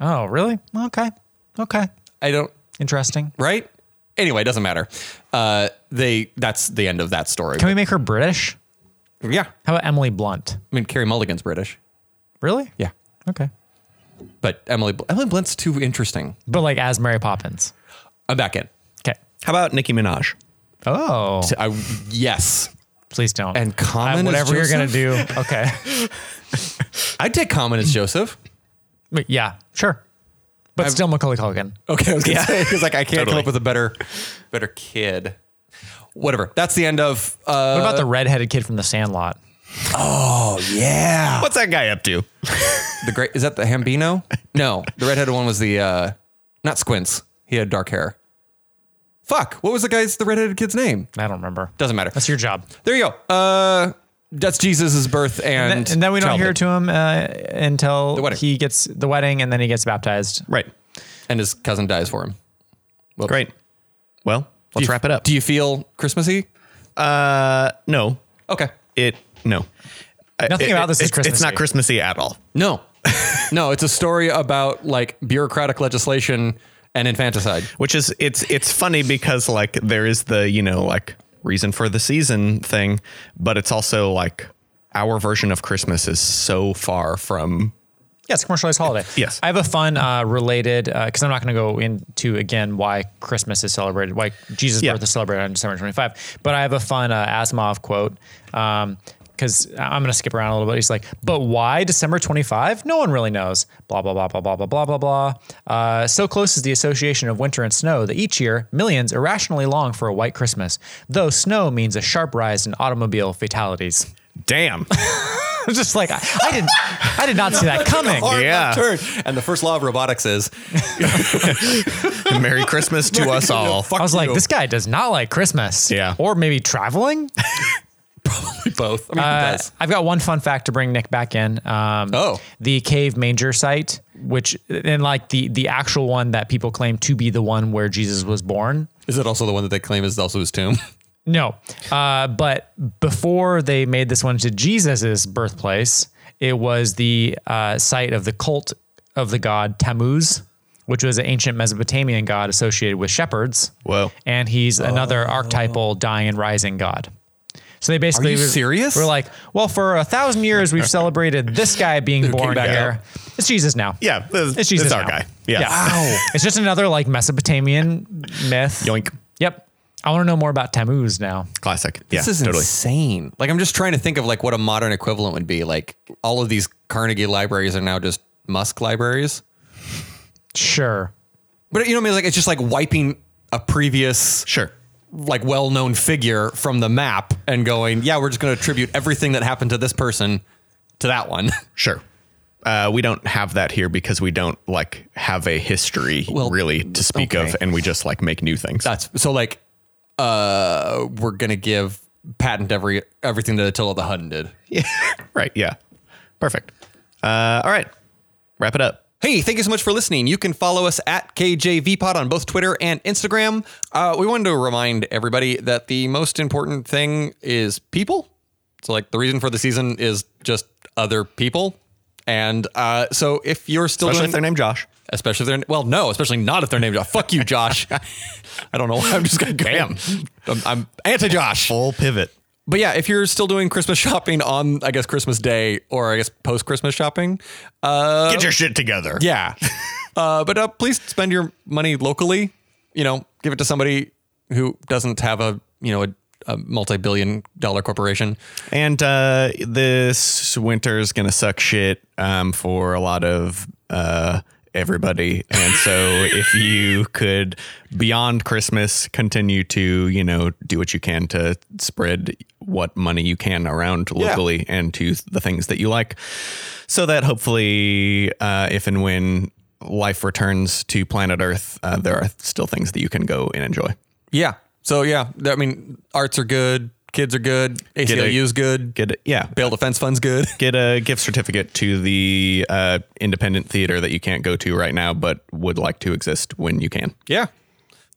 Speaker 2: Oh, really? Okay. Okay.
Speaker 3: I don't.
Speaker 2: Interesting.
Speaker 3: Right. Anyway, it doesn't matter. Uh, they. That's the end of that story.
Speaker 2: Can we make her British?
Speaker 3: yeah.
Speaker 2: How about Emily Blunt?
Speaker 3: I mean, Carrie Mulligan's British.
Speaker 2: Really?
Speaker 3: Yeah.
Speaker 2: Okay.
Speaker 3: But Emily Emily Blunt's too interesting.
Speaker 2: But like as Mary Poppins.
Speaker 3: I'm back in.
Speaker 2: Okay.
Speaker 1: How about Nicki Minaj?
Speaker 2: Oh,
Speaker 3: I yes.
Speaker 2: please don't.
Speaker 3: And common
Speaker 2: I-
Speaker 3: as
Speaker 2: Uh, whatever you're gonna
Speaker 3: Joseph?
Speaker 2: do. Okay.
Speaker 3: I'd take common as Joseph.
Speaker 2: But yeah, sure. But still Macaulay Culkin.
Speaker 3: Okay, I was gonna say because like I can't come
Speaker 1: Totally.
Speaker 3: up with a better better kid. Whatever. That's the end of uh
Speaker 2: What about the redheaded kid from The Sandlot?
Speaker 3: Yeah.
Speaker 2: Ah.
Speaker 1: What's that guy up to?
Speaker 3: The great is that the Hambino? No. The redheaded one was the uh not Squints. He had dark hair. Fuck. What was the guy's the redheaded kid's name?
Speaker 2: I don't remember.
Speaker 3: Doesn't matter.
Speaker 2: That's your job.
Speaker 3: There you go. Uh that's Jesus' birth and
Speaker 2: And, then we don't hear
Speaker 3: childhood.
Speaker 2: to him uh, until
Speaker 3: wedding.
Speaker 2: he gets the wedding and then he gets baptized.
Speaker 1: Right.
Speaker 3: and his cousin dies for him. Whoops.
Speaker 1: Great. Well, let's
Speaker 3: you-
Speaker 1: wrap it up.
Speaker 3: Do you feel Christmassy?
Speaker 1: uh, no.
Speaker 3: Okay.
Speaker 1: It no. I-
Speaker 2: Nothing
Speaker 1: it-
Speaker 2: about this is
Speaker 1: it's- It's not
Speaker 2: Christmassy.
Speaker 1: Christmassy at all.
Speaker 3: No. no, it's a story about like bureaucratic legislation and infanticide.
Speaker 1: Which is it's it's funny because like there is the you know like reason for the season thing, but it's also like our version of Christmas is so far from
Speaker 2: Yes, commercialized holiday.
Speaker 1: Yes.
Speaker 2: I have a fun uh, related because I'm not going to go into again why Christmas is celebrated, why Jesus'
Speaker 1: Yeah.
Speaker 2: birth is celebrated on December 25. But I have a fun uh, Asimov quote because I'm going to skip around a little bit. He's like, "But why December 25? No one really knows." Blah blah blah blah blah blah blah blah blah. Uh, so close is the association of winter and snow that each year millions irrationally long for a white Christmas, though snow means a sharp rise in automobile fatalities.
Speaker 1: damn.
Speaker 2: It's just like I, I didn't, I did not see that coming.
Speaker 3: Hard
Speaker 1: Yeah.
Speaker 3: left turn. And the first law of robotics is
Speaker 1: Merry Christmas to us all.
Speaker 2: I was like,
Speaker 3: you.
Speaker 2: this guy does not like Christmas.
Speaker 1: Yeah.
Speaker 2: Or maybe traveling.
Speaker 3: both. I mean,
Speaker 2: Uh,
Speaker 3: it does.
Speaker 2: I've got one fun fact to bring Nick back in. Um,
Speaker 3: Oh.
Speaker 2: The cave manger site, which, and like the, the actual one that people claim to be the one where Jesus was born.
Speaker 3: Is it also the one that they claim is also his tomb?
Speaker 2: No. Uh, but before they made this one to Jesus's birthplace, it was the uh, site of the cult of the god Tammuz, which was an ancient Mesopotamian god associated with shepherds.
Speaker 1: Whoa.
Speaker 2: And he's another archetypal dying and rising god. So they basically
Speaker 3: you
Speaker 2: were-
Speaker 3: serious?
Speaker 2: We're like, well, for a thousand years we've celebrated this guy being born
Speaker 3: back
Speaker 2: here. It's Jesus now.
Speaker 1: Yeah, this-
Speaker 2: it's Jesus.
Speaker 1: this our
Speaker 2: now.
Speaker 1: guy. Yeah.
Speaker 2: Wow. it's just another like Mesopotamian myth.
Speaker 1: Yoink.
Speaker 2: Yep. I want to know more about Tammuz now.
Speaker 1: Classic. Yeah,
Speaker 3: this is
Speaker 1: totally.
Speaker 3: insane. Like I'm just trying to think of like what a modern equivalent would be. Like all of these Carnegie libraries are now just Musk libraries.
Speaker 2: Sure.
Speaker 3: But you know what I mean? Like it's just like wiping a previous
Speaker 1: Sure.
Speaker 3: like well-known figure from the map and going, yeah, we're just going to attribute everything that happened to this person to that one.
Speaker 1: Sure. Uh, we don't have that here because we don't like have a history really to speak
Speaker 3: okay.
Speaker 1: of, and we just like make new things.
Speaker 3: That's so like, uh, we're going to give patent every everything that Attila the Hun did.
Speaker 1: right. Yeah. Perfect. Uh, all right. Wrap it up.
Speaker 3: Hey, thank you so much for listening. You can follow us at KJVPod on both Twitter and Instagram. Uh, we wanted to remind everybody that the most important thing is people. So, like, the reason for the season is just other people. And uh, so, if you're still
Speaker 1: Especially
Speaker 3: doing
Speaker 1: if they're named Josh.
Speaker 3: Especially if they're well, no, especially not if they're named Josh. Fuck you, Josh. I don't know. why I'm just gonna go.
Speaker 1: Damn.
Speaker 3: I'm, I'm anti Josh.
Speaker 1: Full pivot.
Speaker 3: But yeah, if you're still doing Christmas shopping on, I guess Christmas Day or I guess post Christmas shopping, uh,
Speaker 1: Get your shit together.
Speaker 3: yeah. uh, but uh, please spend your money locally. You know, give it to somebody who doesn't have a you know a, a multi billion dollar corporation.
Speaker 1: And uh, this winter's gonna suck shit um, for a lot of uh, everybody. And so if you could beyond Christmas continue to, you know, do what you can to spread what money you can around locally and to the things that you like. So that hopefully uh, if and when life returns to planet Earth, uh, there are still things that you can go and enjoy.
Speaker 3: Yeah. So yeah, th- I mean, arts are good, kids are good, ACLU is good,
Speaker 1: Get it? Yeah.
Speaker 3: bail defense fund's good.
Speaker 1: Get a gift certificate to the uh, independent theater that you can't go to right now, but would like to exist when you can.
Speaker 3: yeah.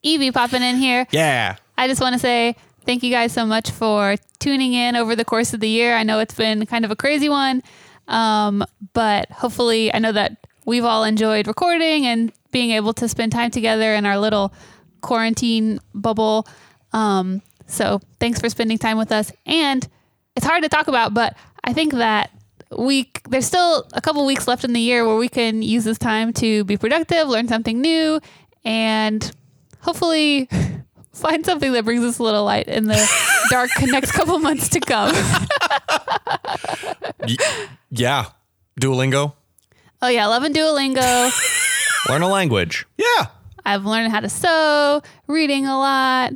Speaker 4: Evie popping in here.
Speaker 3: Yeah.
Speaker 4: I just want to say thank you guys so much for tuning in over the course of the year. I know it's been kind of a crazy one, um, but hopefully, I know that we've all enjoyed recording and being able to spend time together in our little quarantine bubble. Um, so, thanks for spending time with us. And it's hard to talk about, but I think that we there's still a couple weeks left in the year where we can use this time to be productive, learn something new, and hopefully find something that brings us a little light in the dark next couple months to come.
Speaker 3: Yeah. Duolingo.
Speaker 4: Oh yeah, love and Duolingo.
Speaker 1: Learn a language.
Speaker 3: Yeah.
Speaker 4: I've learned how to sew, reading a lot.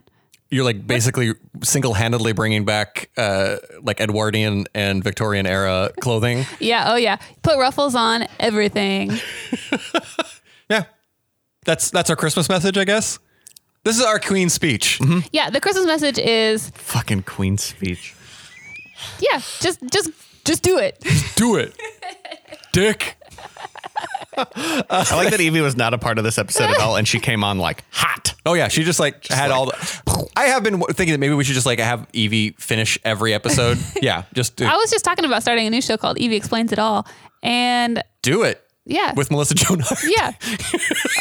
Speaker 3: You're like basically single-handedly bringing back uh, like Edwardian and Victorian era clothing.
Speaker 4: Yeah, oh yeah. Put ruffles on everything.
Speaker 3: yeah. That's that's our Christmas message, I guess. This is our queen's speech.
Speaker 4: Yeah, the Christmas message is
Speaker 1: Fucking Queen's speech.
Speaker 4: yeah, just just just do it.
Speaker 3: Do it. Dick.
Speaker 1: I like that Evie was not a part of this episode at all, and she came on like hot.
Speaker 3: Oh yeah, she just like had
Speaker 1: like-
Speaker 3: all the. I have been w- thinking that maybe we should just like have Evie finish every episode. yeah, just do,
Speaker 4: I was just talking about starting a new show called Evie Explains It All. And
Speaker 3: do it
Speaker 4: yeah.
Speaker 3: with Melissa Joan. Hart.
Speaker 4: yeah.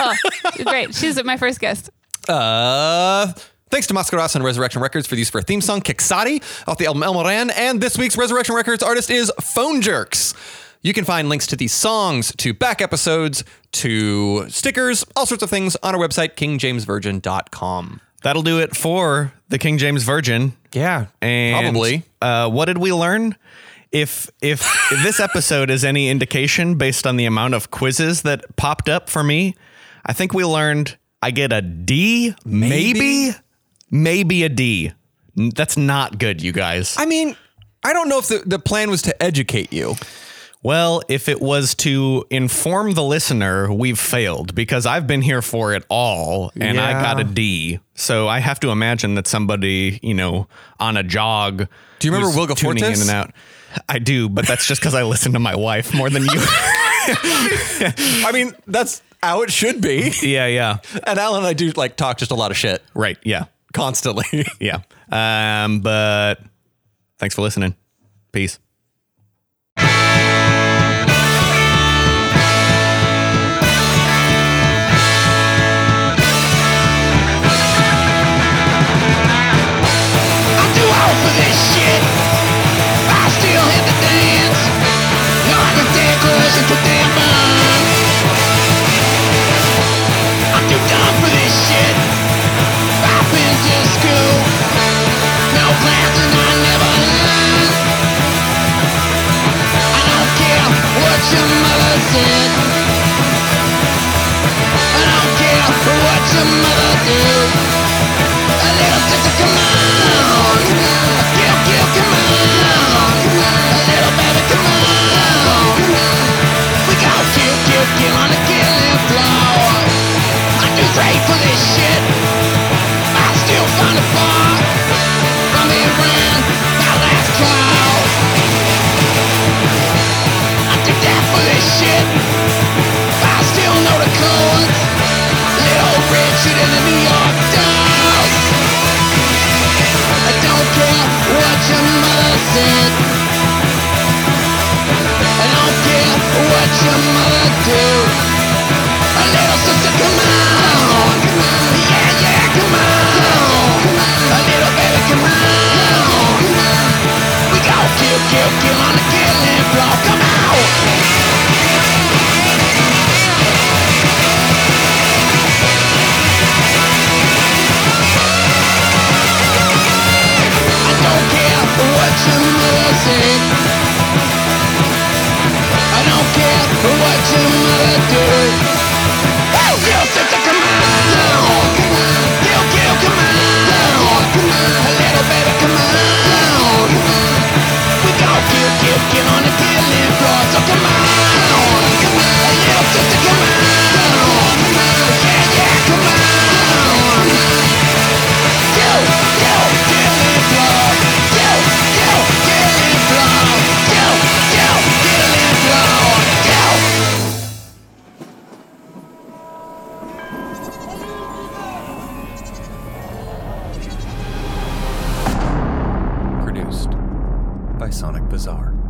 Speaker 4: oh, great. She's my first guest.
Speaker 3: Uh, thanks to Mascaras and Resurrection Records for the use for our theme song Kixati off the album El Moran. And this week's Resurrection Records artist is Phone Jerks. You can find links to these songs, to back episodes, to stickers, all sorts of things on our website, kingjamesvirgin.com.
Speaker 1: That'll do it for the King James Virgin.
Speaker 3: Yeah,
Speaker 1: And,
Speaker 3: probably.
Speaker 1: Uh, what did we learn? If if this episode is any indication based on the amount of quizzes that popped up for me, I think we learned I get a D, maybe, maybe a D. N- That's not good, you guys.
Speaker 3: I mean, I don't know if the, the plan was to educate you.
Speaker 1: Well, if it was to inform the listener, we've failed because I've been here for it all and I
Speaker 3: Yeah.
Speaker 1: got a D. So I have to imagine that somebody, you know, on a jog.
Speaker 3: Do you remember
Speaker 1: who's
Speaker 3: Will
Speaker 1: tuning in
Speaker 3: Gafortis?
Speaker 1: and out? I do, but that's just because I listen to my wife more than you.
Speaker 3: I mean, that's how it should be.
Speaker 1: yeah, yeah.
Speaker 3: And Alan and I do like talk just a lot of shit
Speaker 1: Right. Yeah.
Speaker 3: constantly.
Speaker 1: Yeah. Um, but thanks for listening. Peace.
Speaker 5: I'm too old for this shit. I still hit the dance. Not the damn girls and put them on. I'm too dumb for this shit. I've been to school. No class and I never learned. I don't care what your mother said. I don't care what your mother did. A little sister, come on. Give, give, come on. A little baby, come on. We gon' kill, kill, kill on the killing floor. I'm too great for this shit. I still find a bar from here around my last call. I'm too deaf for this shit. I still know the codes. Little Richard in the New York dolls. I don't care what your mother said. I don't care what your mother do. A little sister, come on. Yeah, yeah, come on. A little baby, come on. We go kill, kill, kill on the killing floor. Come out. I don't care what your mother said. I don't care what your mother do.
Speaker 3: by Sonic Bazaar.